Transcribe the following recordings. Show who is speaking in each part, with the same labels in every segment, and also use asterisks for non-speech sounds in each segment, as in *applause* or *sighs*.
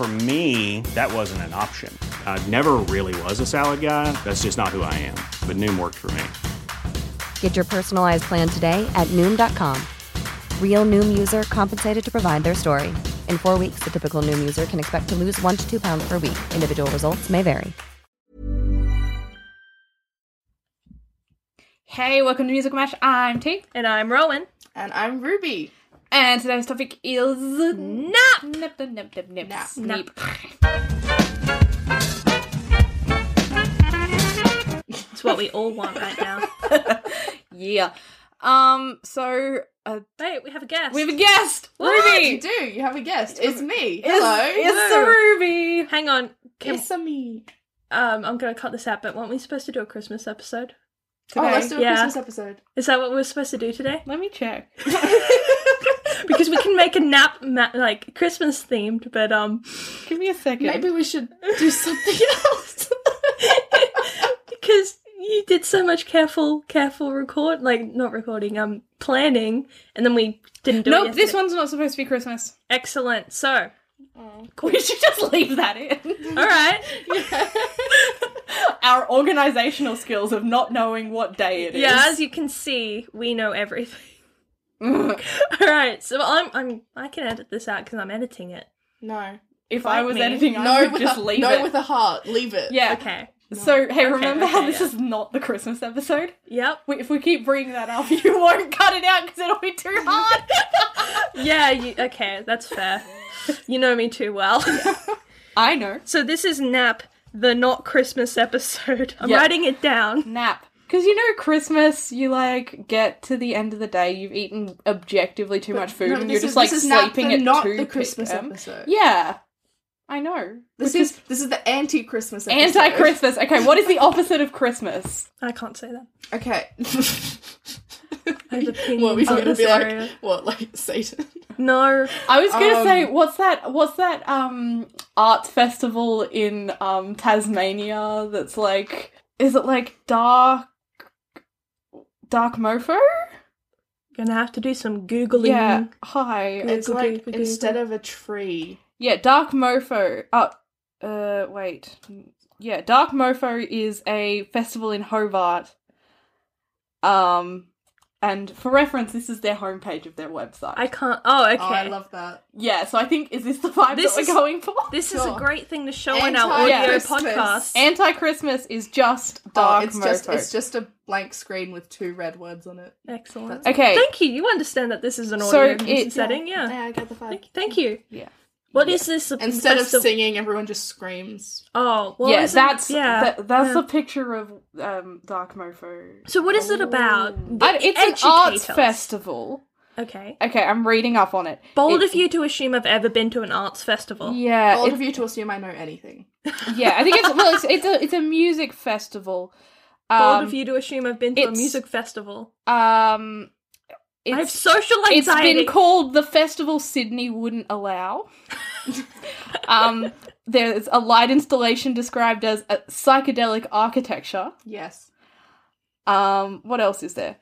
Speaker 1: For me, that wasn't an option. I never really was a salad guy. That's just not who I am. But Noom worked for me.
Speaker 2: Get your personalized plan today at Noom.com. Real Noom user compensated to provide their story. In four weeks, the typical Noom user can expect to lose one to two pounds per week. Individual results may vary.
Speaker 3: Hey, welcome to Music Mash. I'm T,
Speaker 4: And I'm Rowan.
Speaker 5: And I'm Ruby.
Speaker 3: and today's topic is nap. Nip, nip, nip, nip, nip,
Speaker 5: Nap.
Speaker 3: Sneep.
Speaker 4: It's what we all
Speaker 5: *laughs*
Speaker 4: want right now.
Speaker 3: Yeah. Um. So, uh,
Speaker 4: Wait, we have a guest.
Speaker 3: we have a guest,
Speaker 5: You
Speaker 3: Ruby.
Speaker 5: do. You have a guest. It's me.
Speaker 3: It's-
Speaker 5: Hello.
Speaker 3: It's, the Ruby.
Speaker 4: Hang on. Can,
Speaker 5: It's a me.
Speaker 4: um, I'm gonna cut this out, but weren't we supposed to do a Christmas episode?
Speaker 5: Oh, let's do a
Speaker 4: yeah.
Speaker 5: Christmas episode.
Speaker 4: Is that what we were supposed to do today?
Speaker 3: Let me check.
Speaker 4: *laughs*
Speaker 3: *laughs*
Speaker 4: Because we can make a nap ma- like Christmas themed, but um, *laughs*
Speaker 3: Give me a second.
Speaker 5: Maybe we should do something else.
Speaker 4: because you did so much careful, careful record, like not recording, um, planning, and then we didn't do it.
Speaker 3: Nope. This
Speaker 4: yesterday.
Speaker 3: one's not supposed to be Christmas.
Speaker 4: Excellent. So,
Speaker 3: We should just leave that in.
Speaker 4: all right,
Speaker 3: Our organizational skills of not knowing what day it is.
Speaker 4: yeah. As you can see, we know everything.
Speaker 3: *laughs*
Speaker 4: *laughs* all right. So I'm, I'm, I can edit this out because I'm editing it.
Speaker 5: no.
Speaker 3: If
Speaker 4: Fight
Speaker 3: I was
Speaker 4: me.
Speaker 3: editing, I
Speaker 5: No
Speaker 3: would
Speaker 5: with
Speaker 3: just
Speaker 5: a,
Speaker 3: leave
Speaker 5: no
Speaker 3: it.
Speaker 5: with a heart. Leave it.
Speaker 3: yeah.
Speaker 4: Okay.
Speaker 3: So, hey, remember
Speaker 4: okay,
Speaker 3: how this
Speaker 4: yeah.
Speaker 3: is not the Christmas episode?
Speaker 4: Yep.
Speaker 3: We- If we keep bringing that up, *laughs* you won't cut it out because it'll be too hard.
Speaker 4: Yeah, you, okay,
Speaker 3: *laughs*
Speaker 4: that's fair. you know me too well. *laughs*
Speaker 3: I know.
Speaker 4: so this is Nap, the not Christmas episode. I'm
Speaker 3: Yeah.
Speaker 4: writing it down.
Speaker 3: Nap. Because you know, Christmas, you like get to the end of the day, you've eaten objectively too much food,
Speaker 5: no,
Speaker 3: and
Speaker 5: this
Speaker 3: you're
Speaker 5: is-
Speaker 3: just like
Speaker 5: this is nap
Speaker 3: sleeping
Speaker 5: for
Speaker 3: at
Speaker 5: not
Speaker 3: 2
Speaker 5: the Christmas
Speaker 3: PM.
Speaker 5: episode.
Speaker 3: Yeah. I know.
Speaker 5: This is this is the anti-Christmas episode.
Speaker 3: Anti Christmas. Okay, what is the opposite of Christmas?
Speaker 4: I can't say that. *laughs*
Speaker 5: Okay. *laughs*
Speaker 4: I have opinions
Speaker 5: what we
Speaker 4: on
Speaker 5: gonna
Speaker 4: this
Speaker 5: be
Speaker 4: area.
Speaker 5: like? What like
Speaker 4: *laughs*
Speaker 5: Satan?
Speaker 4: No.
Speaker 3: I was gonna
Speaker 5: Um,
Speaker 3: say, what's that? What's that um art festival in um Tasmania? That's like, is it like dark, dark mofo?
Speaker 4: Gonna have to do some Googling.
Speaker 3: Yeah. Hi.
Speaker 5: It's
Speaker 4: Google,
Speaker 5: like
Speaker 4: Google,
Speaker 5: instead of a tree.
Speaker 3: Yeah, Dark Mofo. Uh, uh, wait. Yeah, Dark Mofo is a festival in Hobart. Um, and for reference, this is their homepage of their website.
Speaker 4: I can't. Oh, okay.
Speaker 5: Oh, I love that.
Speaker 3: yeah, so I think is this the vibe
Speaker 4: This
Speaker 3: that we're
Speaker 4: is-
Speaker 3: going for?
Speaker 4: this is a
Speaker 5: Sure.
Speaker 4: great thing to show in our
Speaker 5: Anti-
Speaker 4: audio
Speaker 3: Yeah.
Speaker 5: Christmas.
Speaker 4: podcast.
Speaker 3: Anti Christmas is just
Speaker 5: Oh,
Speaker 3: Dark
Speaker 5: it's
Speaker 3: Mofo.
Speaker 5: just it's just a blank screen with two red words on it.
Speaker 4: Excellent.
Speaker 3: okay.
Speaker 4: Thank you. You understand that this is an
Speaker 3: So
Speaker 4: audio
Speaker 3: it-
Speaker 4: setting, yeah.
Speaker 5: I get the vibe.
Speaker 4: Thank, thank you.
Speaker 3: Yeah.
Speaker 4: What is this?
Speaker 5: Instead of
Speaker 4: festival-
Speaker 5: singing, everyone just screams.
Speaker 4: Oh, well,
Speaker 3: yeah,
Speaker 4: isn't-
Speaker 3: that's
Speaker 4: yeah.
Speaker 3: that- that's
Speaker 4: yeah.
Speaker 3: a picture of um Dark Mofo.
Speaker 4: So what is it about?
Speaker 3: Oh. I- it's
Speaker 4: Educate
Speaker 3: an arts
Speaker 4: us.
Speaker 3: festival.
Speaker 4: Okay.
Speaker 3: Okay, I'm reading up on it.
Speaker 4: Bold
Speaker 3: It-
Speaker 4: of you to assume I've ever been to an arts festival.
Speaker 3: Yeah,
Speaker 5: All
Speaker 3: it's-
Speaker 5: of you to assume I know anything.
Speaker 3: Yeah, I think it's well, it's it's a it's a music festival. Um,
Speaker 4: Bold of you to assume I've been to a
Speaker 3: it's-
Speaker 4: music festival.
Speaker 3: Um, it's,
Speaker 4: I have social
Speaker 3: it's
Speaker 4: anxiety.
Speaker 3: been called the festival Sydney wouldn't
Speaker 4: *laughs*
Speaker 3: allow. um, there's a light installation described as a psychedelic architecture.
Speaker 5: Yes.
Speaker 3: Um, what else is there?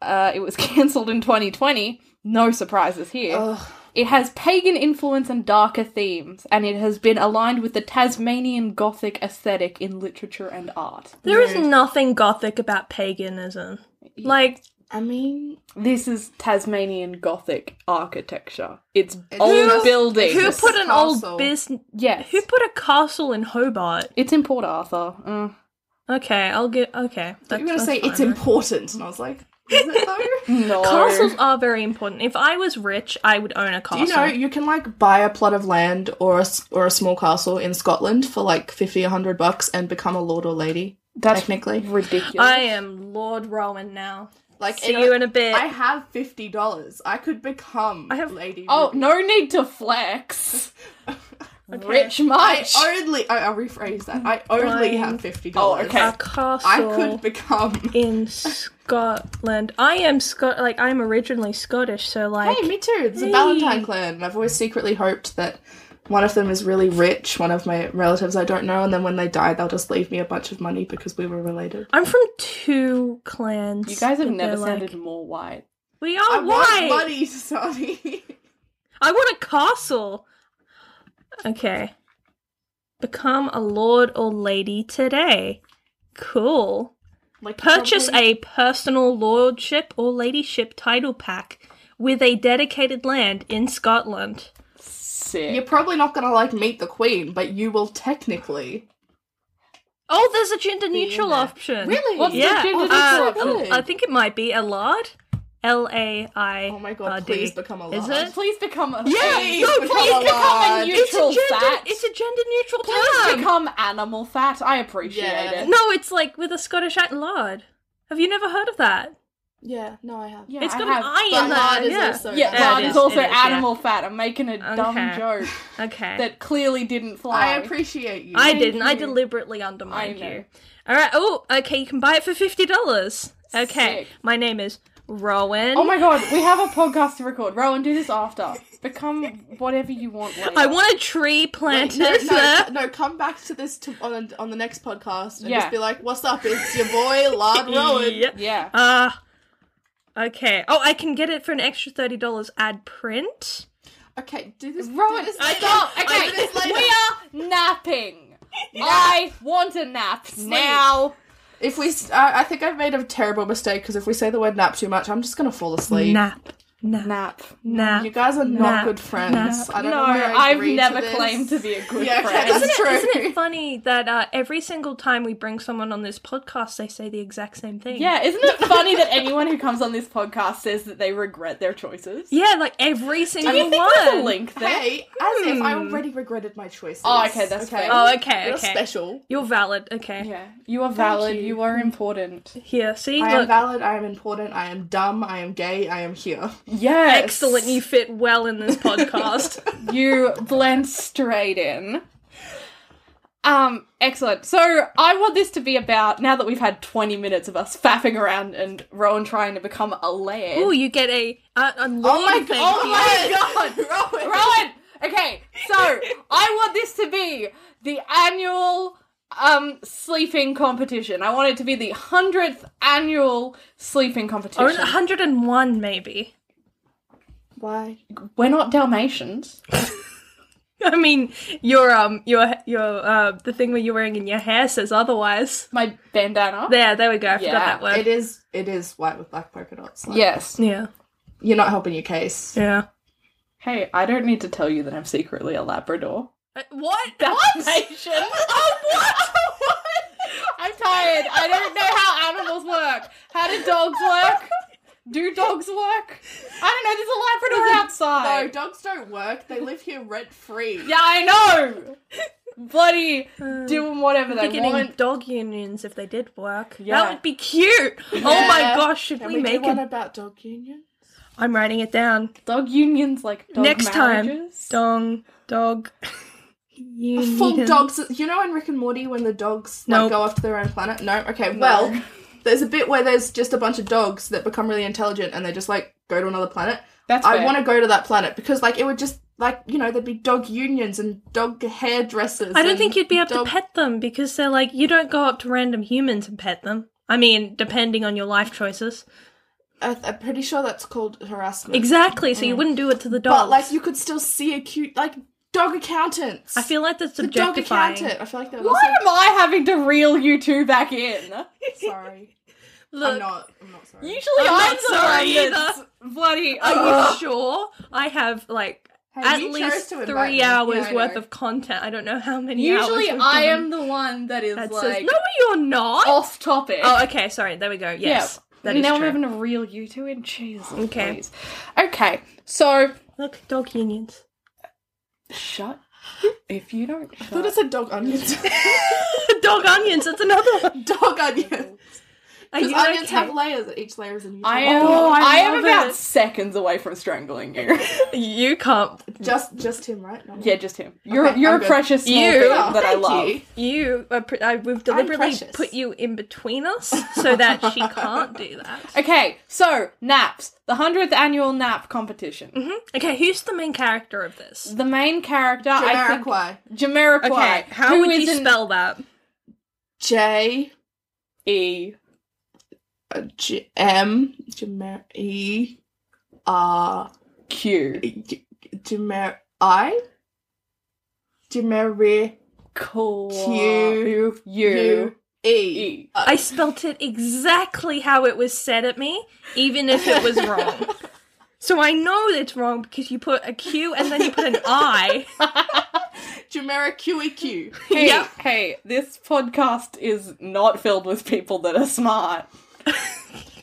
Speaker 3: Uh, it was *laughs* cancelled in 2020. No surprises here.
Speaker 5: Ugh.
Speaker 3: It has pagan influence and darker themes, and it has been aligned with the Tasmanian Gothic aesthetic in literature and art.
Speaker 4: There is
Speaker 5: Rude.
Speaker 4: nothing gothic about paganism. Like
Speaker 5: I mean,
Speaker 3: This is Tasmanian Gothic architecture. It's
Speaker 5: It's
Speaker 3: old
Speaker 5: just-
Speaker 3: buildings.
Speaker 4: who
Speaker 5: It's
Speaker 4: put an
Speaker 5: castle.
Speaker 4: old business?
Speaker 3: Yes.
Speaker 4: Who put a castle in Hobart?
Speaker 3: It's in Port Arthur. Uh,
Speaker 4: Okay, I'll get. Okay,
Speaker 5: you were gonna
Speaker 4: that's
Speaker 5: say
Speaker 4: fine,
Speaker 5: it's
Speaker 4: right?
Speaker 5: important, and I was like, Is it
Speaker 4: *laughs*
Speaker 5: though?
Speaker 3: No.
Speaker 4: Castles are very important. If I was rich, I would own a
Speaker 5: Do
Speaker 4: castle.
Speaker 5: you know you can like buy a plot of land or a s- or a small castle in Scotland for like 50 100 bucks and become a lord or lady
Speaker 3: That's
Speaker 5: technically?
Speaker 3: ridiculous.
Speaker 4: I am Lord Rowan now.
Speaker 5: Like
Speaker 4: See you in a bit.
Speaker 5: I have fifty dollars. I could become
Speaker 4: I have-
Speaker 5: Lady.
Speaker 3: Oh,
Speaker 5: Ruby.
Speaker 3: no need to flex.
Speaker 4: *laughs* Okay.
Speaker 3: Rich
Speaker 5: I
Speaker 3: much.
Speaker 5: only. I, I'll rephrase that. I only
Speaker 4: Fine.
Speaker 5: have fifty
Speaker 3: Oh,
Speaker 5: dollars.
Speaker 3: okay.
Speaker 4: a castle.
Speaker 5: I could become.
Speaker 4: in Scotland. I am Scot. Like I am originally Scottish, so like
Speaker 5: Hey, me too. It's a Valentine clan, and I've always secretly hoped that one of them is really rich, one of my relatives I don't know, and then when they die, they'll just leave me a bunch of money because we were related.
Speaker 4: I'm from two clans.
Speaker 3: You guys have
Speaker 4: that
Speaker 3: never
Speaker 4: they're, like-
Speaker 3: sounded more white.
Speaker 4: We
Speaker 5: I
Speaker 4: are
Speaker 5: want
Speaker 4: white.
Speaker 5: money, *laughs* Sonny.
Speaker 4: I want a castle. Okay. Become a lord or lady today. Cool.
Speaker 5: like
Speaker 4: Purchase
Speaker 5: probably-
Speaker 4: a personal lordship or ladyship title pack with a dedicated land in Scotland.
Speaker 3: Sick.
Speaker 5: You're probably not gonna like meet the queen, but you will technically.
Speaker 4: Oh, there's a gender
Speaker 5: in
Speaker 4: neutral
Speaker 5: there.
Speaker 4: option.
Speaker 5: Really?
Speaker 3: What's
Speaker 4: yeah.
Speaker 3: the gender
Speaker 4: uh,
Speaker 3: neutral option?
Speaker 5: good.
Speaker 4: I think it might be a lard. L A I.
Speaker 5: Oh my god! Please become a lord.
Speaker 4: Is it?
Speaker 3: Please become a.
Speaker 4: Yeah,
Speaker 3: Please,
Speaker 4: no,
Speaker 3: please
Speaker 4: become a
Speaker 3: become a
Speaker 5: lard.
Speaker 4: It's a
Speaker 3: neutral
Speaker 4: gender.
Speaker 3: fat.
Speaker 4: It's a gender neutral
Speaker 3: Please
Speaker 4: term.
Speaker 3: become animal fat. I appreciate
Speaker 5: Yeah.
Speaker 3: it.
Speaker 4: No, it's like with a Scottish at lard. Have you never heard of that?
Speaker 5: Yeah. No, I have.
Speaker 3: Yeah,
Speaker 4: it's
Speaker 3: I
Speaker 4: got
Speaker 3: have-
Speaker 4: an eye
Speaker 5: but
Speaker 4: in
Speaker 5: lard
Speaker 4: there.
Speaker 5: is
Speaker 4: Yeah.
Speaker 5: also-
Speaker 3: Yeah,
Speaker 4: Yeah,
Speaker 3: lard
Speaker 4: it
Speaker 3: is,
Speaker 4: is,
Speaker 3: also
Speaker 4: it is, yeah.
Speaker 3: animal fat. I'm making a dumb
Speaker 4: Okay.
Speaker 3: joke
Speaker 4: Okay.
Speaker 3: that clearly didn't fly.
Speaker 5: I appreciate you.
Speaker 4: I didn't. I
Speaker 3: you.
Speaker 4: deliberately
Speaker 3: I
Speaker 4: undermined
Speaker 3: know.
Speaker 4: you. All right. Oh, okay. You can buy it for fifty dollars. Okay.
Speaker 3: Sick.
Speaker 4: My name is Rowan.
Speaker 3: Oh my god, we have a podcast to record. Rowan, do this after. Become whatever you want. Later.
Speaker 4: I want a tree
Speaker 5: Wait,
Speaker 4: *laughs* planted.
Speaker 5: no, no,
Speaker 4: sir.
Speaker 5: no, come back to this to, on, on the next podcast and
Speaker 3: Yeah.
Speaker 5: just be like, "What's up? It's your boy Lard
Speaker 4: *laughs*
Speaker 5: Rowan."
Speaker 4: Yeah.
Speaker 3: Yeah.
Speaker 4: Uh, okay. Oh, I can get it for an extra thirty dollars. Add print.
Speaker 5: Okay, do this.
Speaker 3: Rowan,
Speaker 4: uh,
Speaker 5: do this later.
Speaker 3: stop.
Speaker 5: Do
Speaker 3: Okay,
Speaker 5: this later.
Speaker 3: we are napping. I want a nap now.
Speaker 5: If we, s- I I think I've made a terrible mistake because if we say the word nap too much, I'm just gonna fall asleep.
Speaker 4: Nap. Nap.
Speaker 3: Nap.
Speaker 4: Nap.
Speaker 5: You guys are not
Speaker 4: Nap.
Speaker 5: good friends.
Speaker 4: Nap.
Speaker 5: I don't
Speaker 3: No,
Speaker 5: know where I
Speaker 3: I've
Speaker 5: agreed
Speaker 3: never
Speaker 5: to this.
Speaker 3: claimed to be a good
Speaker 5: Yeah, okay,
Speaker 3: friend.
Speaker 5: that's true.
Speaker 4: Isn't it funny that uh, every single time we bring someone on this podcast, they say the exact same thing?
Speaker 3: Yeah, isn't it funny that anyone who comes on this podcast says that they regret their choices?
Speaker 4: Yeah, like every single
Speaker 3: Do you think
Speaker 4: one.
Speaker 3: there's a link there?
Speaker 5: Hey, as if
Speaker 3: Hmm.
Speaker 5: I already regretted my choices.
Speaker 3: Oh, okay, that's fair.
Speaker 4: Oh, okay,
Speaker 5: You're
Speaker 4: okay.
Speaker 5: special.
Speaker 4: You're valid. Okay. Yeah.
Speaker 3: Yeah, you are valid.
Speaker 5: you.
Speaker 3: You. are important.
Speaker 4: Here, see,
Speaker 5: I am
Speaker 4: look,
Speaker 5: valid. I am important. I am dumb. I am gay. I am here.
Speaker 3: Yeah,
Speaker 4: excellent. You fit well
Speaker 5: *laughs*
Speaker 4: in this podcast.
Speaker 3: you blend straight in. Um, excellent. So I want this to be about now that we've had twenty minutes of us faffing around and Rowan trying to become a laird.
Speaker 4: oh, you get a uh, a lord.
Speaker 5: my
Speaker 4: thank
Speaker 5: God.
Speaker 3: Oh
Speaker 4: you.
Speaker 3: my
Speaker 4: *laughs*
Speaker 3: god,
Speaker 5: Rowan.
Speaker 3: Rowan! Okay, so I want this to be the annual um sleeping competition. I want it to be the hundredth annual sleeping
Speaker 4: Or
Speaker 3: competition.
Speaker 4: 101, maybe. *laughs*
Speaker 5: Why?
Speaker 3: We're not Dalmatians.
Speaker 4: I mean, your um, your your uh, the thing where you're wearing in your hair says otherwise.
Speaker 3: My bandana.
Speaker 4: There, there we go. I
Speaker 3: Yeah,
Speaker 4: forgot that word.
Speaker 5: It is. It is white with black polka dots. Like,
Speaker 3: Yes.
Speaker 4: yeah,
Speaker 5: You're not helping your case.
Speaker 4: yeah.
Speaker 3: Hey, I don't need to tell you that I'm secretly a Labrador. *laughs*
Speaker 4: Uh, What?
Speaker 3: Dalmatian. *laughs* oh, what? I'm tired. I don't know how animals work. How do dogs work? Do dogs work? I don't know. There's a Labrador
Speaker 5: No,
Speaker 3: outside.
Speaker 5: dogs don't work. They live here rent free.
Speaker 3: Yeah, I know. Bloody doing whatever they
Speaker 4: beginning
Speaker 3: want.
Speaker 4: dog unions if they did work.
Speaker 3: Yeah.
Speaker 4: That would be cute. Oh my
Speaker 5: Yeah.
Speaker 4: gosh, should
Speaker 5: Can
Speaker 4: we,
Speaker 5: we,
Speaker 4: make
Speaker 5: do one
Speaker 4: it?
Speaker 5: about dog union?
Speaker 4: I'm writing it down.
Speaker 3: Dog unions like dog
Speaker 4: Next
Speaker 3: marriages.
Speaker 4: time, dong dog. union.
Speaker 5: Full dogs. You know in Rick and Morty when the dogs like,
Speaker 4: Nope.
Speaker 5: go off to their own planet? No. Okay. Well, there's a bit where there's just a bunch of dogs that become really intelligent and they just like go to another planet.
Speaker 3: That's
Speaker 5: I
Speaker 3: fair.
Speaker 5: want to go to that planet because like it would just like you know there'd be dog unions and dog hairdressers.
Speaker 4: I don't
Speaker 5: and
Speaker 4: think you'd be able
Speaker 5: dog-
Speaker 4: to pet them because they're like you don't go up to random humans and pet them. I mean, depending on your life choices.
Speaker 5: I, I'm pretty sure that's called harassment.
Speaker 4: Exactly. So you wouldn't do it to the dogs.
Speaker 5: Mm. But like you could still see a cute like dog accountants.
Speaker 4: I feel like that's
Speaker 5: the dog
Speaker 4: objectifying.
Speaker 5: accountant. I feel like they're
Speaker 3: Why am I having to reel you two back in?
Speaker 5: sorry.
Speaker 4: Look,
Speaker 5: I'm not. I'm not sorry.
Speaker 3: Usually
Speaker 4: I'm
Speaker 3: I'm,
Speaker 4: not
Speaker 3: the
Speaker 4: sorry
Speaker 3: one that's
Speaker 4: either.
Speaker 3: bloody.
Speaker 4: Are you sure? I have like
Speaker 5: Hey,
Speaker 4: at
Speaker 5: you chose
Speaker 4: least
Speaker 5: to invite
Speaker 4: three
Speaker 5: me.
Speaker 4: hours
Speaker 5: Yeah, I
Speaker 4: worth
Speaker 5: know.
Speaker 4: of content. I don't know how many.
Speaker 3: Usually
Speaker 4: hours we've
Speaker 3: I
Speaker 4: done
Speaker 3: am the one that is
Speaker 4: That
Speaker 3: like
Speaker 4: says no, you're not.
Speaker 3: off topic.
Speaker 4: Oh, okay. Sorry. There we go. Yes.
Speaker 3: Oh, Yeah.
Speaker 4: That is
Speaker 3: now
Speaker 4: true.
Speaker 3: we're having a real you two in. Jesus.
Speaker 4: Okay.
Speaker 3: please. Okay. So
Speaker 4: Look, dog unions. *laughs*
Speaker 3: shut if you don't. Shut.
Speaker 5: I thought it said dog
Speaker 4: *laughs*
Speaker 5: onions.
Speaker 4: dog onions. That's another one.
Speaker 5: *laughs* dog onions.
Speaker 4: Are
Speaker 5: Because
Speaker 4: you
Speaker 5: onions
Speaker 4: okay?
Speaker 5: have layers. Each layer is a new.
Speaker 3: I am.
Speaker 4: Oh, I
Speaker 3: I, am
Speaker 4: love
Speaker 3: about
Speaker 4: it.
Speaker 3: seconds away from strangling you.
Speaker 4: You can't.
Speaker 5: Oh, Just, just him, right? No.
Speaker 3: *laughs* yeah, just him. You're
Speaker 5: Okay,
Speaker 3: you're
Speaker 5: I'm
Speaker 3: a
Speaker 5: good.
Speaker 3: precious small
Speaker 4: You-
Speaker 3: thing
Speaker 5: Oh,
Speaker 3: that I
Speaker 5: thank
Speaker 3: love.
Speaker 5: you.
Speaker 4: You. Are, pre- I, we've deliberately
Speaker 5: precious.
Speaker 4: put you in between us so that she can't do
Speaker 5: *laughs*
Speaker 4: that.
Speaker 3: Okay, so naps. The hundredth annual nap competition.
Speaker 4: Okay, who's the main character of this?
Speaker 3: The main character, I
Speaker 5: Jamiroquai.
Speaker 3: think, Jamiroquai.
Speaker 4: Okay, how
Speaker 3: who
Speaker 4: would you
Speaker 3: is an
Speaker 4: spell that?
Speaker 5: J
Speaker 3: E?
Speaker 5: uh, J M Jamer E R
Speaker 3: Q.
Speaker 5: J- Jamer I Jameri
Speaker 3: Q. U.
Speaker 5: U E.
Speaker 3: E.
Speaker 4: I spelt it exactly how it was said at me, even if it was wrong. So I know it's wrong because you put a Q and then you put an I.
Speaker 5: Jamera Q E *laughs* Q.
Speaker 3: Hey,
Speaker 4: Yep.
Speaker 3: hey, this podcast is not filled with people that are smart.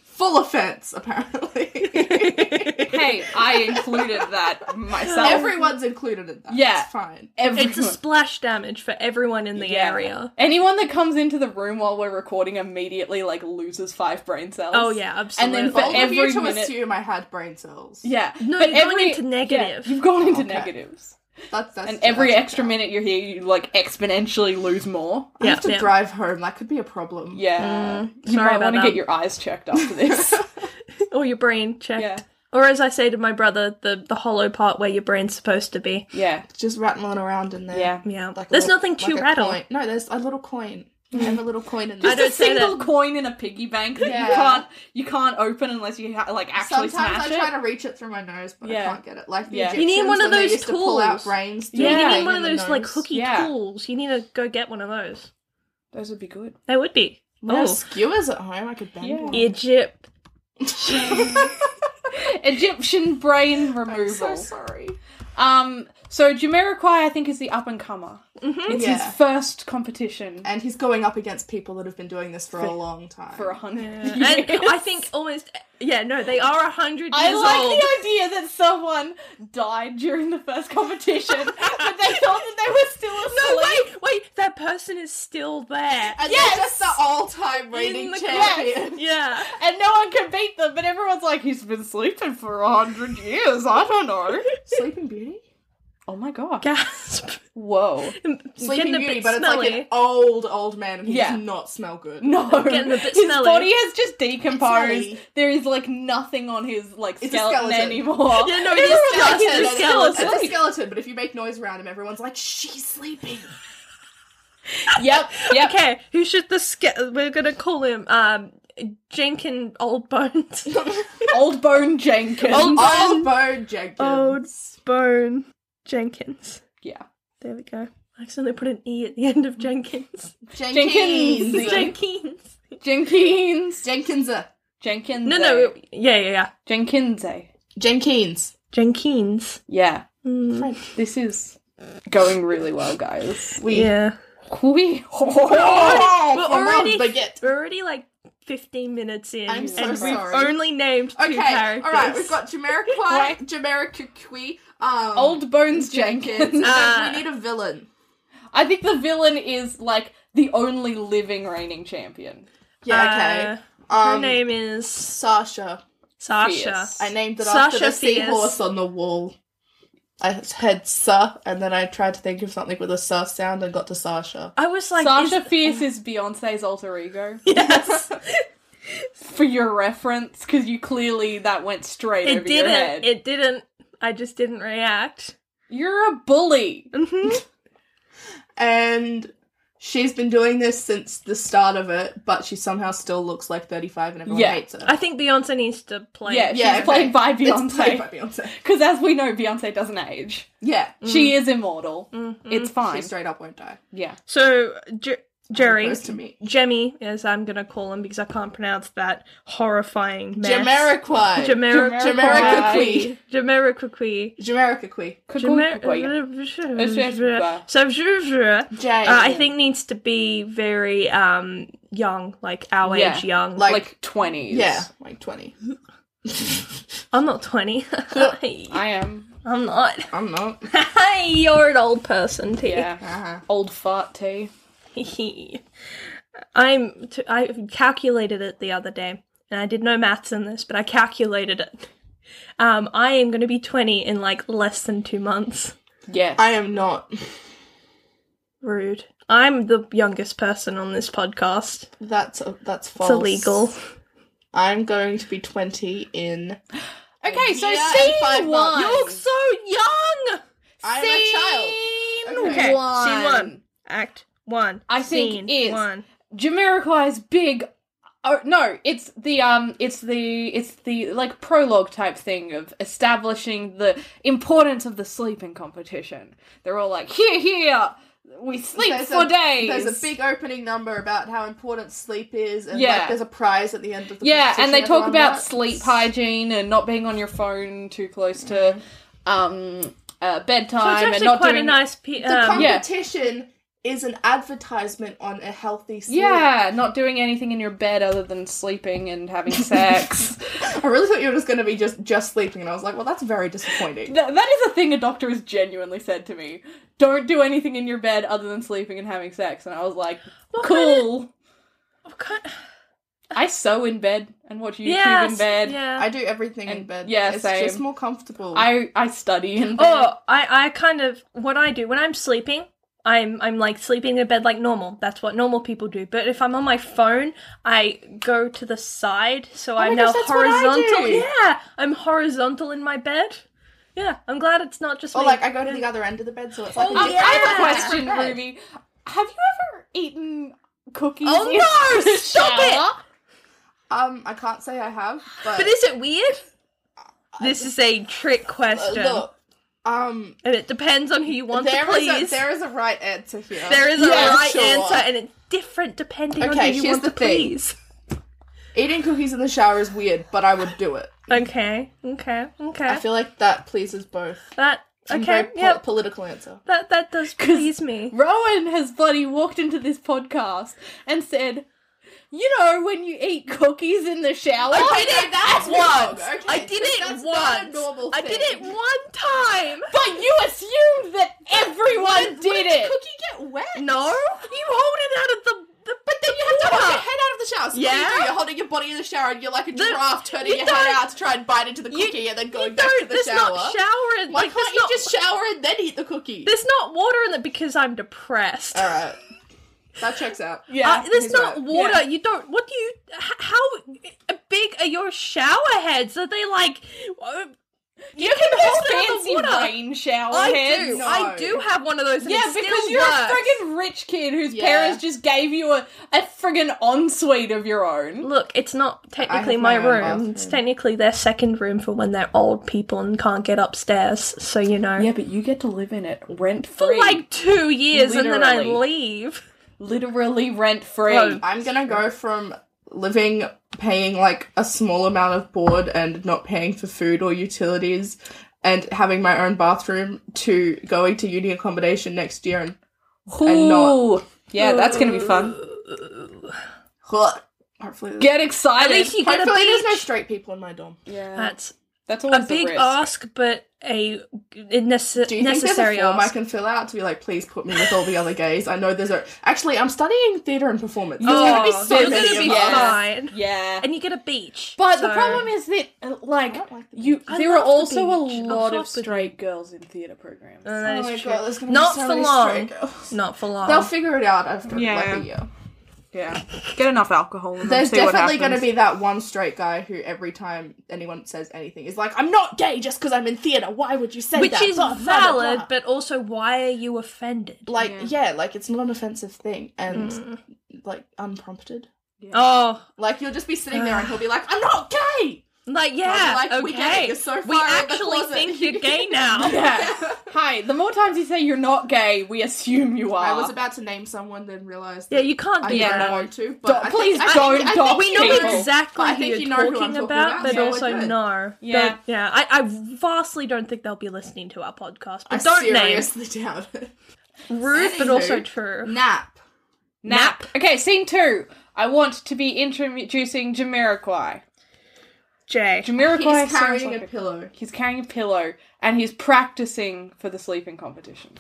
Speaker 5: Full offense, *laughs* apparently.
Speaker 3: Hey, I included that myself.
Speaker 5: Everyone's included in that.
Speaker 3: Yeah.
Speaker 5: It's fine.
Speaker 3: Everyone.
Speaker 4: It's a splash damage for everyone in the
Speaker 3: Yeah.
Speaker 4: area.
Speaker 3: Anyone that comes into the room while we're recording immediately like loses five brain cells.
Speaker 4: Oh, yeah,
Speaker 3: And then
Speaker 4: absolutely.
Speaker 3: for
Speaker 5: Bold of
Speaker 3: every
Speaker 5: you to
Speaker 3: minute,
Speaker 5: assume I had brain cells.
Speaker 3: yeah.
Speaker 4: No,
Speaker 3: but
Speaker 4: you're going
Speaker 3: every-
Speaker 4: into
Speaker 3: yeah,
Speaker 4: negative.
Speaker 3: you've gone into
Speaker 5: Okay.
Speaker 3: negatives.
Speaker 5: That's that's
Speaker 3: and every
Speaker 5: that's
Speaker 3: extra
Speaker 5: okay.
Speaker 3: minute you're here, you like exponentially lose more.
Speaker 5: I have
Speaker 4: Yeah,
Speaker 5: to
Speaker 4: yeah.
Speaker 5: drive home. That could be a problem.
Speaker 3: Yeah, you
Speaker 4: Mm, sorry
Speaker 3: might
Speaker 4: about
Speaker 3: want to get
Speaker 4: that.
Speaker 3: your eyes checked after
Speaker 4: *laughs*
Speaker 3: this.
Speaker 4: Or your brain checked.
Speaker 3: Yeah.
Speaker 4: Or as I say to my brother, the, the hollow part where your brain's supposed to be.
Speaker 3: yeah,
Speaker 5: Just rattling around in there.
Speaker 3: yeah.
Speaker 4: Yeah.
Speaker 5: Like a
Speaker 4: There's
Speaker 5: little-
Speaker 4: nothing
Speaker 5: like
Speaker 4: to
Speaker 5: a
Speaker 4: rattle.
Speaker 5: coin. No, there's a little coin. I have a little coin in there.
Speaker 4: I
Speaker 3: Just a
Speaker 4: don't say that.
Speaker 3: single coin in a piggy bank that you
Speaker 5: Yeah.
Speaker 3: can't you can't open unless you ha- like actually
Speaker 5: Sometimes
Speaker 3: smash
Speaker 5: I
Speaker 3: it.
Speaker 5: try to reach it through my nose, but
Speaker 3: Yeah.
Speaker 5: I can't get it. Like the
Speaker 3: Yeah.
Speaker 5: Egyptians, you need one of those used To pull out
Speaker 4: tools.
Speaker 5: brains.
Speaker 3: Yeah,
Speaker 4: Yeah, you
Speaker 3: in
Speaker 4: need one of
Speaker 5: the
Speaker 4: those like
Speaker 5: nose.
Speaker 4: hooky
Speaker 3: Yeah.
Speaker 4: tools. You need to go get one of those.
Speaker 3: Those would be good.
Speaker 4: They would be.
Speaker 5: I have
Speaker 4: Oh,
Speaker 5: skewers at home. I could bend
Speaker 3: Yeah.
Speaker 5: one.
Speaker 4: *laughs* Egypt.
Speaker 3: Egyptian brain
Speaker 5: *laughs* I'm
Speaker 3: removal.
Speaker 5: so sorry.
Speaker 3: um, so Jamiroquai, I think, is the up and comer. It's
Speaker 5: Mm-hmm. Yeah.
Speaker 3: his first competition
Speaker 5: And he's going up against people that have been doing this for a long time.
Speaker 3: for a hundred.
Speaker 5: *laughs*
Speaker 4: And
Speaker 3: years.
Speaker 4: I think almost yeah, no, they are a hundred
Speaker 3: *laughs*
Speaker 4: years
Speaker 3: I like
Speaker 4: old.
Speaker 3: the idea that someone died during the first competition,
Speaker 5: *laughs*
Speaker 3: but they thought that they were still asleep.
Speaker 4: no, wait, wait, that person is still there.
Speaker 5: and
Speaker 3: Yes!
Speaker 5: they're just the all-time reigning
Speaker 4: the
Speaker 5: champion.
Speaker 4: Yeah.
Speaker 3: and no one can beat them. But everyone's like, he's been sleeping for a hundred years. I don't
Speaker 5: *laughs*
Speaker 3: know.
Speaker 5: Sleeping Beauty.
Speaker 3: Oh my god!
Speaker 4: Gasp.
Speaker 3: Whoa!
Speaker 5: Sleeping
Speaker 4: *laughs* Getting a
Speaker 5: Beauty,
Speaker 4: bit
Speaker 5: but it's like
Speaker 4: smelly.
Speaker 5: an old, old man, and he
Speaker 3: Yeah.
Speaker 5: does not smell
Speaker 3: *laughs*
Speaker 5: good.
Speaker 3: No,
Speaker 4: getting a bit
Speaker 3: his
Speaker 4: smelly.
Speaker 3: body has just decomposed.
Speaker 5: Smelly.
Speaker 3: There is like nothing on his like
Speaker 5: It's a
Speaker 3: skeleton, *laughs*
Speaker 5: skeleton.
Speaker 3: anymore.
Speaker 4: Yeah, no,
Speaker 3: Everyone's
Speaker 4: his
Speaker 3: like,
Speaker 4: skeleton
Speaker 3: he's
Speaker 4: is
Speaker 3: still
Speaker 4: skeleton.
Speaker 3: asleep.
Speaker 5: It's a skeleton, but if you make noise around him, everyone's like, "She's sleeping."
Speaker 3: Yep, yep.
Speaker 4: Okay, who should the ske- we're gonna call him um Jenkin Old
Speaker 5: *laughs*
Speaker 4: Bones.
Speaker 3: Old Bone Jenkins.
Speaker 4: Old-
Speaker 5: Old Bo Jenkins.
Speaker 4: Old Bone Jenkins.
Speaker 3: yeah,
Speaker 4: There we go. I accidentally put an E at the end of Jenkins.
Speaker 3: Jenkins.
Speaker 4: Jenkins.
Speaker 3: Jenkins,
Speaker 5: Jenkins.
Speaker 3: Jenkins.
Speaker 4: No, no, yeah, yeah, yeah.
Speaker 3: Jenkins.
Speaker 5: Jenkins.
Speaker 4: Jenkins.
Speaker 3: Yeah,
Speaker 4: Mm,
Speaker 3: this is going really well, guys.
Speaker 5: We
Speaker 4: yeah.
Speaker 3: We.
Speaker 5: Oh,
Speaker 4: *laughs* We're
Speaker 5: for mum,
Speaker 4: already,
Speaker 5: baguette.
Speaker 4: we're already like 15 minutes in.
Speaker 5: I'm so
Speaker 4: and
Speaker 5: sorry.
Speaker 4: We've only named two
Speaker 5: Okay,
Speaker 4: characters.
Speaker 5: all right. We've got
Speaker 3: Why?
Speaker 5: Jamiroquai, Jamiroquai, um,
Speaker 3: Old Bones
Speaker 5: Jenkins.
Speaker 3: Jenkins.
Speaker 4: Ah.
Speaker 5: we need a villain.
Speaker 3: I think the villain is like the only living reigning champion.
Speaker 5: Yeah. Okay.
Speaker 4: Her
Speaker 5: um,
Speaker 4: name is
Speaker 5: Sasha.
Speaker 4: Sasha.
Speaker 3: Fierce.
Speaker 5: I named it after
Speaker 4: Sasha
Speaker 5: the
Speaker 4: Fierce.
Speaker 5: seahorse on the wall. I had "sa" and then I tried to think of something with a "sa" sound and got to Sasha.
Speaker 4: I was like,
Speaker 3: *laughs* Sasha
Speaker 4: is-
Speaker 3: Fierce is Beyonce's alter ego. *laughs*
Speaker 4: yes.
Speaker 3: For your reference, because you clearly that went straight
Speaker 4: it
Speaker 3: over your head.
Speaker 4: didn't. It didn't. I just didn't react.
Speaker 3: You're a bully.
Speaker 5: *laughs*
Speaker 4: hmm
Speaker 5: and she's been doing this since the start of it, but she somehow still looks like 35 and everyone
Speaker 3: Yeah.
Speaker 5: hates her.
Speaker 4: I think Beyonce needs to play.
Speaker 3: Yeah, she's
Speaker 5: Yeah, okay.
Speaker 3: played by
Speaker 5: It's played by
Speaker 3: Beyonce.
Speaker 5: Beyonce. Mm.
Speaker 3: Because as we know, Beyonce doesn't age.
Speaker 5: Yeah. Mm-hmm.
Speaker 3: She is immortal. It's fine.
Speaker 5: She straight up won't die.
Speaker 3: yeah.
Speaker 4: So, J- Jerry,
Speaker 5: Close to me.
Speaker 4: Jemmy, as I'm gonna call him because I can't pronounce that horrifying mess.
Speaker 5: Jamariquai.
Speaker 4: Jamar-
Speaker 5: Jamariquai.
Speaker 4: Jamariquai.
Speaker 5: Jamariquai.
Speaker 3: Kukuya.
Speaker 5: Oh,
Speaker 3: Jamar-
Speaker 4: So uh,
Speaker 5: Jay.
Speaker 4: I think needs to be very um young, like our
Speaker 3: Yeah.
Speaker 4: age young.
Speaker 5: Like-
Speaker 3: Like twenties.
Speaker 5: Yeah, like
Speaker 3: *laughs*
Speaker 5: 20.
Speaker 4: I'm not twenty.
Speaker 3: I am.
Speaker 4: *laughs* I'm not. *laughs*
Speaker 5: I'm
Speaker 3: *laughs*
Speaker 5: not.
Speaker 4: You're an old person, T.
Speaker 3: Yeah.
Speaker 5: Uh-huh.
Speaker 3: Old fart tea.
Speaker 4: *laughs* I'm. T- I calculated it the other day, and I did no maths in this, but I calculated it. Um, I am going to be 20 in like less than two months.
Speaker 3: Yes.
Speaker 5: I am not.
Speaker 4: Rude. I'm the youngest person on this podcast.
Speaker 5: That's a, that's false.
Speaker 4: It's illegal.
Speaker 5: I'm going to be 20 in.
Speaker 3: okay, so
Speaker 5: Yeah,
Speaker 3: scene
Speaker 5: and five
Speaker 3: one.
Speaker 5: months. You're
Speaker 4: So young.
Speaker 5: I'm a child.
Speaker 3: Scene
Speaker 4: Okay.
Speaker 3: one.
Speaker 4: Scene one. Act one.
Speaker 3: I think
Speaker 4: Scene
Speaker 3: is-
Speaker 4: one.
Speaker 3: Jamiroquai's big. Oh no! It's the um, it's the it's the like prologue type thing of establishing the importance of the sleeping competition. They're all like, here, here, we sleep
Speaker 5: There's
Speaker 3: for
Speaker 5: a-
Speaker 3: days.
Speaker 5: There's a big opening number about how important sleep is, and
Speaker 3: Yeah.
Speaker 5: like, there's a prize at the end of the
Speaker 3: yeah, and they
Speaker 5: competition
Speaker 3: talk
Speaker 5: everyone
Speaker 3: about
Speaker 5: wants.
Speaker 3: sleep hygiene and not being on your phone too close to um uh,
Speaker 4: So
Speaker 3: bedtime
Speaker 4: it's
Speaker 3: and
Speaker 4: actually
Speaker 3: not
Speaker 4: quite
Speaker 3: doing
Speaker 4: a nice. Pe-
Speaker 5: The
Speaker 4: um,
Speaker 3: yeah.
Speaker 5: competition is an advertisement on a healthy sleep.
Speaker 3: yeah, not doing anything in your bed other than sleeping and having sex.
Speaker 5: I really thought you were just going to be just just sleeping, and I was like, well, that's very disappointing.
Speaker 3: Th- that is a thing a doctor has genuinely said to me. Don't do anything in your bed other than sleeping and having sex. And I was like,
Speaker 4: What
Speaker 3: cool.
Speaker 4: kind of-
Speaker 3: I sew in bed and watch YouTube
Speaker 4: yes,
Speaker 3: in bed.
Speaker 4: Yeah.
Speaker 5: I do everything in
Speaker 3: And-
Speaker 5: bed.
Speaker 3: yeah,
Speaker 5: it's
Speaker 3: same.
Speaker 5: just more comfortable.
Speaker 3: I, I study in bed.
Speaker 4: Oh, I, I kind of what I do when I'm sleeping, I'm I'm like sleeping in bed like normal. That's what normal people do. But if I'm on my phone, I go to the side, so I'm now
Speaker 5: Oh gosh, that's what I
Speaker 4: horizontal.
Speaker 5: do.
Speaker 4: Yeah, I'm horizontal in my bed. Yeah, I'm glad it's not just
Speaker 5: or
Speaker 4: me.
Speaker 5: like I go to the other end of the bed, so it's like. a
Speaker 4: Oh,
Speaker 3: Um,
Speaker 5: different-
Speaker 3: I have a
Speaker 4: Yeah.
Speaker 3: question,
Speaker 4: *laughs*
Speaker 3: Ruby. Have you ever eaten cookies?
Speaker 4: Oh,
Speaker 3: in *laughs*
Speaker 4: no,
Speaker 3: the
Speaker 4: stop it!
Speaker 3: shower?
Speaker 5: Um, I can't say I have, but,
Speaker 4: but is it weird?
Speaker 5: Uh,
Speaker 4: This is a trick question,
Speaker 5: look, um,
Speaker 4: and it depends on who you want to
Speaker 5: there is
Speaker 4: please.
Speaker 5: a there is a right answer here.
Speaker 4: there is a
Speaker 5: Yeah,
Speaker 4: right
Speaker 5: sure.
Speaker 4: answer, and it's different depending on
Speaker 5: Okay,
Speaker 4: who you
Speaker 5: here's
Speaker 4: want
Speaker 5: the
Speaker 4: to
Speaker 5: thing.
Speaker 4: please.
Speaker 5: Eating cookies in the shower is weird, but I would do it.
Speaker 4: Okay, okay, okay.
Speaker 5: I feel like that pleases both.
Speaker 4: that
Speaker 5: Some
Speaker 4: okay.
Speaker 5: very po-
Speaker 4: Yep.
Speaker 5: political answer.
Speaker 4: That
Speaker 5: *laughs*
Speaker 4: that does please me.
Speaker 3: Rowan has bloody walked into this podcast and said, you know, when you eat cookies in the shower. *laughs*
Speaker 4: it
Speaker 5: that's wrong. Okay,
Speaker 4: I did it
Speaker 5: that's not a
Speaker 4: once.
Speaker 5: normal
Speaker 4: I did it
Speaker 5: thing.
Speaker 4: one time.
Speaker 3: But you assumed that everyone
Speaker 5: When-
Speaker 3: did
Speaker 5: when
Speaker 3: it.
Speaker 5: Did cookie get wet?
Speaker 4: No, you hold it out of the. the but then you
Speaker 5: Hold your head out of the shower. So yeah.
Speaker 4: Yeah.
Speaker 5: you do, you're holding your body in the shower and you're like a giraffe turning
Speaker 4: you
Speaker 5: your head
Speaker 4: don't-
Speaker 5: out to try and bite into the
Speaker 4: You-
Speaker 5: cookie and then
Speaker 4: You
Speaker 5: going back to
Speaker 4: don't.
Speaker 5: the
Speaker 4: There's
Speaker 5: shower.
Speaker 4: not showering.
Speaker 5: Why
Speaker 4: like,
Speaker 5: can't
Speaker 4: there's
Speaker 5: you
Speaker 4: not,
Speaker 5: just shower and then eat the cookie?
Speaker 4: There's not water in it because I'm depressed.
Speaker 5: Alright. That checks out.
Speaker 3: Yeah.
Speaker 4: Uh, there's
Speaker 5: he's
Speaker 4: not
Speaker 5: right.
Speaker 4: water.
Speaker 3: Yeah.
Speaker 4: You don't. What do you? h- How big are your shower heads? Are they like? uh,
Speaker 3: You can have
Speaker 4: hold it in the
Speaker 3: fancy
Speaker 4: water.
Speaker 3: rain shower
Speaker 4: I
Speaker 3: heads.
Speaker 4: do. I do have one of those. And
Speaker 3: Yeah,
Speaker 4: it still
Speaker 3: because you're
Speaker 4: works.
Speaker 3: a friggin' rich kid whose
Speaker 5: Yeah.
Speaker 3: parents just gave you a, a friggin' ensuite of your own.
Speaker 4: Look, it's not technically
Speaker 5: have
Speaker 4: my,
Speaker 5: my own
Speaker 4: room.
Speaker 5: bathroom.
Speaker 4: It's technically their second room for when they're old people and can't get upstairs. So you know,
Speaker 3: Yeah, but you get to live in it rent
Speaker 4: for
Speaker 3: free.
Speaker 4: like two years, and then I
Speaker 3: Literally.
Speaker 4: leave.
Speaker 3: literally rent free.
Speaker 4: Well,
Speaker 5: I'm gonna go from living paying like a small amount of board and not paying for food or utilities and having my own bathroom to going to uni accommodation next year and and not-
Speaker 3: Ooh. Yeah, that's gonna be fun.
Speaker 5: hopefully there's-
Speaker 3: Get excited.
Speaker 4: At least you get a
Speaker 5: hopefully there's no
Speaker 4: beach.
Speaker 5: straight people in my dorm.
Speaker 3: yeah.
Speaker 4: That's
Speaker 3: that's
Speaker 4: a
Speaker 3: always the
Speaker 4: big
Speaker 3: risk.
Speaker 4: ask, but a a nece-
Speaker 5: Do you think there's a
Speaker 4: necessary
Speaker 5: form I
Speaker 4: ask.
Speaker 5: can fill out to be like, please put me with all the other gays? I know there's a. Actually, I'm studying theatre and performance. There's
Speaker 4: Oh,
Speaker 5: gonna be so
Speaker 4: there's
Speaker 5: many
Speaker 4: gonna be
Speaker 5: of us.
Speaker 3: Yeah.
Speaker 4: fine.
Speaker 3: Yeah.
Speaker 4: And you get a beach.
Speaker 3: But
Speaker 4: so-
Speaker 3: the problem is that, uh, like,
Speaker 5: don't like the
Speaker 3: you,
Speaker 5: beach.
Speaker 4: I
Speaker 3: there are
Speaker 4: love the
Speaker 3: also a
Speaker 4: beach. I
Speaker 3: lot of
Speaker 4: love the
Speaker 3: straight girls in theatre programs.
Speaker 4: Uh, that
Speaker 5: Oh
Speaker 4: is
Speaker 5: my
Speaker 4: true.
Speaker 5: god, there's gonna
Speaker 4: Not
Speaker 5: be so
Speaker 4: for
Speaker 5: many
Speaker 4: long.
Speaker 5: straight girls.
Speaker 4: Not for long.
Speaker 5: They'll figure it out after
Speaker 3: Yeah.
Speaker 5: like a year.
Speaker 3: yeah, get enough alcohol. And
Speaker 5: There's
Speaker 3: see what
Speaker 5: definitely going to
Speaker 3: happens.
Speaker 5: be that one straight guy who every time anyone says anything is like, "I'm not gay just because I'm in theater. Why would you say
Speaker 4: which
Speaker 5: that?"
Speaker 4: is
Speaker 5: Blah, blah, blah, blah.
Speaker 4: valid, but also why are you offended?
Speaker 5: like, yeah. like it's not an offensive thing and
Speaker 3: Mm.
Speaker 5: like unprompted.
Speaker 4: Oh,
Speaker 3: *sighs*
Speaker 5: Like you'll just be sitting there and he'll be like, "I'm not gay."
Speaker 4: Like, yeah,
Speaker 5: like,
Speaker 4: okay.
Speaker 5: we get it, you're so
Speaker 4: We
Speaker 5: far out of the
Speaker 4: actually
Speaker 5: closet. *laughs*
Speaker 4: think you're gay now.
Speaker 3: Yeah. Hi. The more times you say you're not uh. gay, we assume you are.
Speaker 5: I was about to name someone, then realized.
Speaker 4: Yeah,
Speaker 5: that
Speaker 4: you can't
Speaker 5: I
Speaker 4: do
Speaker 5: didn't
Speaker 4: that.
Speaker 5: want to. But
Speaker 3: Don't-
Speaker 5: I think-
Speaker 3: please
Speaker 5: I think-
Speaker 3: don't
Speaker 5: I think
Speaker 3: dox
Speaker 4: We
Speaker 5: you
Speaker 4: know
Speaker 3: people.
Speaker 4: exactly
Speaker 5: But I
Speaker 4: who
Speaker 5: think
Speaker 4: you're
Speaker 5: you know who I'm
Speaker 4: talking,
Speaker 5: talking
Speaker 4: about,
Speaker 5: about,
Speaker 4: but
Speaker 5: so we're
Speaker 4: also
Speaker 5: good.
Speaker 4: no.
Speaker 3: Yeah.
Speaker 4: But, yeah. I, I vastly don't think they'll be listening to our podcast. But
Speaker 5: I
Speaker 4: don't
Speaker 5: seriously doubt it.
Speaker 4: name rude, but also
Speaker 5: Anywho,
Speaker 4: true.
Speaker 5: Nap.
Speaker 3: Nap. Okay, scene two. I want to be introducing Jamiroquai.
Speaker 4: Jay,
Speaker 3: Jamiroquai sounds
Speaker 5: He's carrying
Speaker 3: like
Speaker 5: a pillow.
Speaker 3: He's carrying a pillow and he's practicing for the sleeping competition.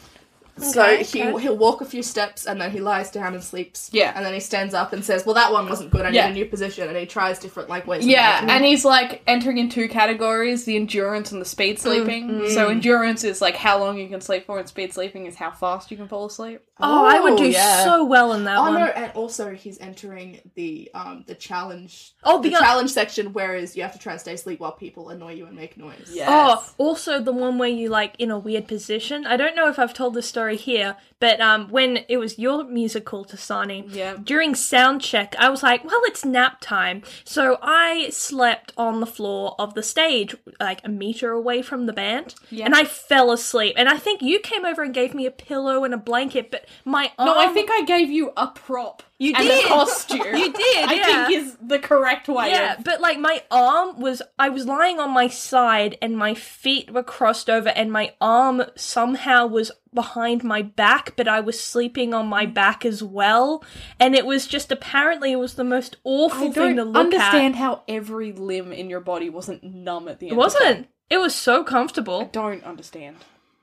Speaker 5: So
Speaker 4: Okay,
Speaker 5: he
Speaker 4: okay.
Speaker 5: he'll walk a few steps and then he lies down and sleeps.
Speaker 3: Yeah.
Speaker 5: And then he stands up and says, "Well, that one wasn't good. I
Speaker 3: Yeah.
Speaker 5: need a new position." And he tries different like ways. of
Speaker 3: Yeah,
Speaker 5: making it.
Speaker 3: and he's like entering in two categories the endurance and the speed sleeping.
Speaker 4: Mm-hmm.
Speaker 3: So, endurance is like how long you can sleep for, and speed sleeping is how fast you can fall asleep.
Speaker 4: Oh, I would
Speaker 5: Oh,
Speaker 4: do
Speaker 5: yeah.
Speaker 4: so well in that
Speaker 5: Oh
Speaker 4: one.
Speaker 5: no! And also, he's entering the um the challenge.
Speaker 4: Oh,
Speaker 5: the
Speaker 4: because-
Speaker 5: challenge section, whereas you have to try and stay asleep while people annoy you and make noise.
Speaker 3: Yes.
Speaker 4: Oh, also the one where you like in a weird position. I don't know if I've told this story here, but um, when it was your musical, Tasani,
Speaker 3: Yeah.
Speaker 4: during sound check, I was like, well, it's nap time. So I slept on the floor of the stage, like a meter away from the band, and I fell asleep. And I think you came over and gave me a pillow and a blanket, but my arm.
Speaker 3: No, I think I gave you a prop.
Speaker 4: Um, You
Speaker 3: and
Speaker 4: did.
Speaker 3: a costume.
Speaker 4: *laughs* You did,
Speaker 3: I
Speaker 4: yeah.
Speaker 3: think is the correct way.
Speaker 4: Yeah,
Speaker 3: of-
Speaker 4: but like my arm was I was lying on my side and my feet were crossed over and my arm somehow was behind my back, but I was sleeping on my back as well. And it was just apparently it was the most awful
Speaker 3: I
Speaker 4: thing
Speaker 3: don't
Speaker 4: to look
Speaker 3: understand
Speaker 4: at.
Speaker 3: how every limb in your body wasn't numb at the end.
Speaker 4: It
Speaker 3: of that.
Speaker 4: wasn't. It was so
Speaker 3: I
Speaker 4: comfortable.
Speaker 3: don't understand.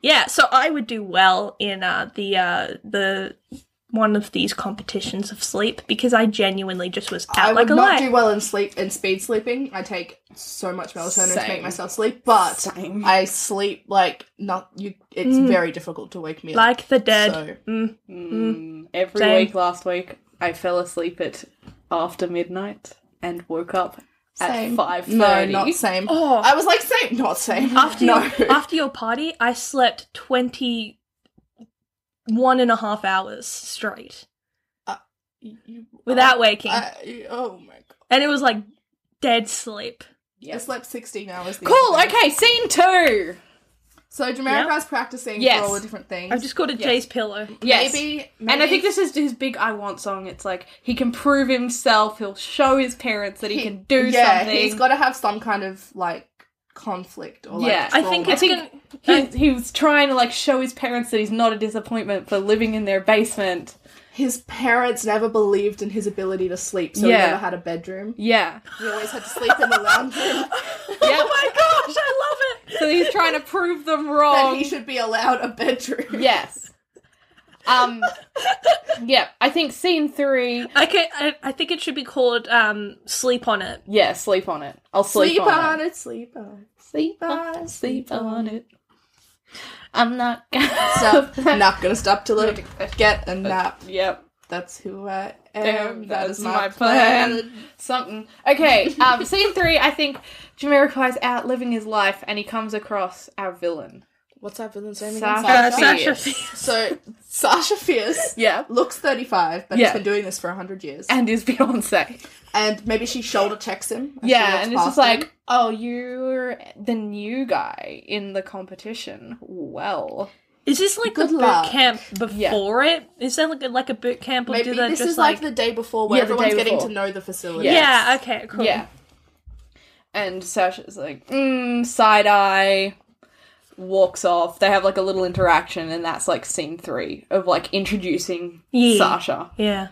Speaker 4: Yeah, so I would do well in uh the uh the one of these competitions of sleep because I genuinely just was out
Speaker 5: I
Speaker 4: Oh, like
Speaker 5: would
Speaker 4: a
Speaker 5: not
Speaker 4: light.
Speaker 5: do well in sleep in speed sleeping. I take so much melatonin to
Speaker 3: Same.
Speaker 5: make myself sleep, but
Speaker 3: Same.
Speaker 5: I sleep like not you. It's
Speaker 3: Mm.
Speaker 5: very difficult to wake me up.
Speaker 4: like the dead.
Speaker 5: So-
Speaker 4: Mm.
Speaker 3: Every
Speaker 4: Same.
Speaker 3: week last week, I fell asleep at after midnight and woke up at five thirty.
Speaker 5: No, not same.
Speaker 4: Oh.
Speaker 5: I was like same, not same.
Speaker 4: *laughs* after
Speaker 5: *laughs* no.
Speaker 4: your after your party i slept 21 and a half hours straight
Speaker 5: You-
Speaker 4: without waking
Speaker 5: I, oh my god.
Speaker 4: and it was like dead sleep
Speaker 5: I slept 16 hours. the
Speaker 3: Cool.
Speaker 5: other day.
Speaker 3: Okay, scene two.
Speaker 5: So Jamaica's practicing
Speaker 3: Yes.
Speaker 5: for all the different things.
Speaker 4: i've just called it jay's pillow
Speaker 3: Yes.
Speaker 5: Maybe-
Speaker 3: And I
Speaker 5: maybe-
Speaker 3: think this is his big "I want" song. It's like he can prove himself. He'll show his parents that he, can do
Speaker 5: yeah,
Speaker 3: something.
Speaker 5: he's got to have some kind of like conflict or like.
Speaker 3: Yeah.
Speaker 4: i think
Speaker 5: trauma.
Speaker 4: it's
Speaker 3: I
Speaker 4: gonna
Speaker 3: think he, he was trying to like show his parents that he's not a disappointment for living in their basement.
Speaker 5: his parents never believed in his ability to sleep, so
Speaker 3: Yeah.
Speaker 5: he never had a bedroom.
Speaker 3: Yeah.
Speaker 5: He always had to sleep in the lounge room.
Speaker 3: yeah.
Speaker 4: oh my gosh i love it
Speaker 3: So he's trying to prove them wrong.
Speaker 5: that he should be allowed a bedroom.
Speaker 3: Yes. Um. yeah, I think scene three.
Speaker 4: I, can, I, I think it should be called um, sleep on it
Speaker 3: Yeah, sleep on it. I'll *laughs* sleep,
Speaker 5: Sleep
Speaker 3: on,
Speaker 5: on
Speaker 3: it.
Speaker 5: it, sleep on it.
Speaker 3: Sleep on, sleep on it. I'm not gonna
Speaker 5: *laughs* So,
Speaker 3: stop.
Speaker 5: not gonna stop till I get a nap.
Speaker 3: Yep.
Speaker 5: That's who I am.
Speaker 3: Damn,
Speaker 5: that is my, plan.
Speaker 3: Something. Okay. Um. scene three. I think Jamiroquai's out living his life, and he comes across our villain.
Speaker 5: What's that villain's name again?
Speaker 3: Sasha.
Speaker 4: uh,
Speaker 3: Uh,
Speaker 4: sasha
Speaker 5: *laughs* So Sasha Fierce
Speaker 3: Yeah.
Speaker 5: looks 35, but
Speaker 3: Yeah.
Speaker 5: has been doing this for 100 years. And,
Speaker 3: And his Beyonce.
Speaker 5: maybe she shoulder checks him. as she
Speaker 3: Yeah,
Speaker 5: walks
Speaker 3: and it's just
Speaker 5: past
Speaker 3: like,
Speaker 5: him.
Speaker 3: oh, you're the new guy in the competition. Well,
Speaker 4: is this like
Speaker 5: Good
Speaker 4: the
Speaker 5: luck.
Speaker 4: boot camp before it is that like a, like a boot camp or
Speaker 5: maybe
Speaker 4: do they
Speaker 5: this
Speaker 4: just
Speaker 5: is like, the day before where
Speaker 3: Yeah, the
Speaker 5: everyone's
Speaker 3: day
Speaker 5: getting
Speaker 3: before.
Speaker 5: to know the facility.
Speaker 4: yeah okay cool
Speaker 3: yeah. And Sasha's like, mm, side eye, walks off. They have like a little interaction, and that's like scene three of like introducing
Speaker 4: Yeah.
Speaker 3: Sasha.
Speaker 4: yeah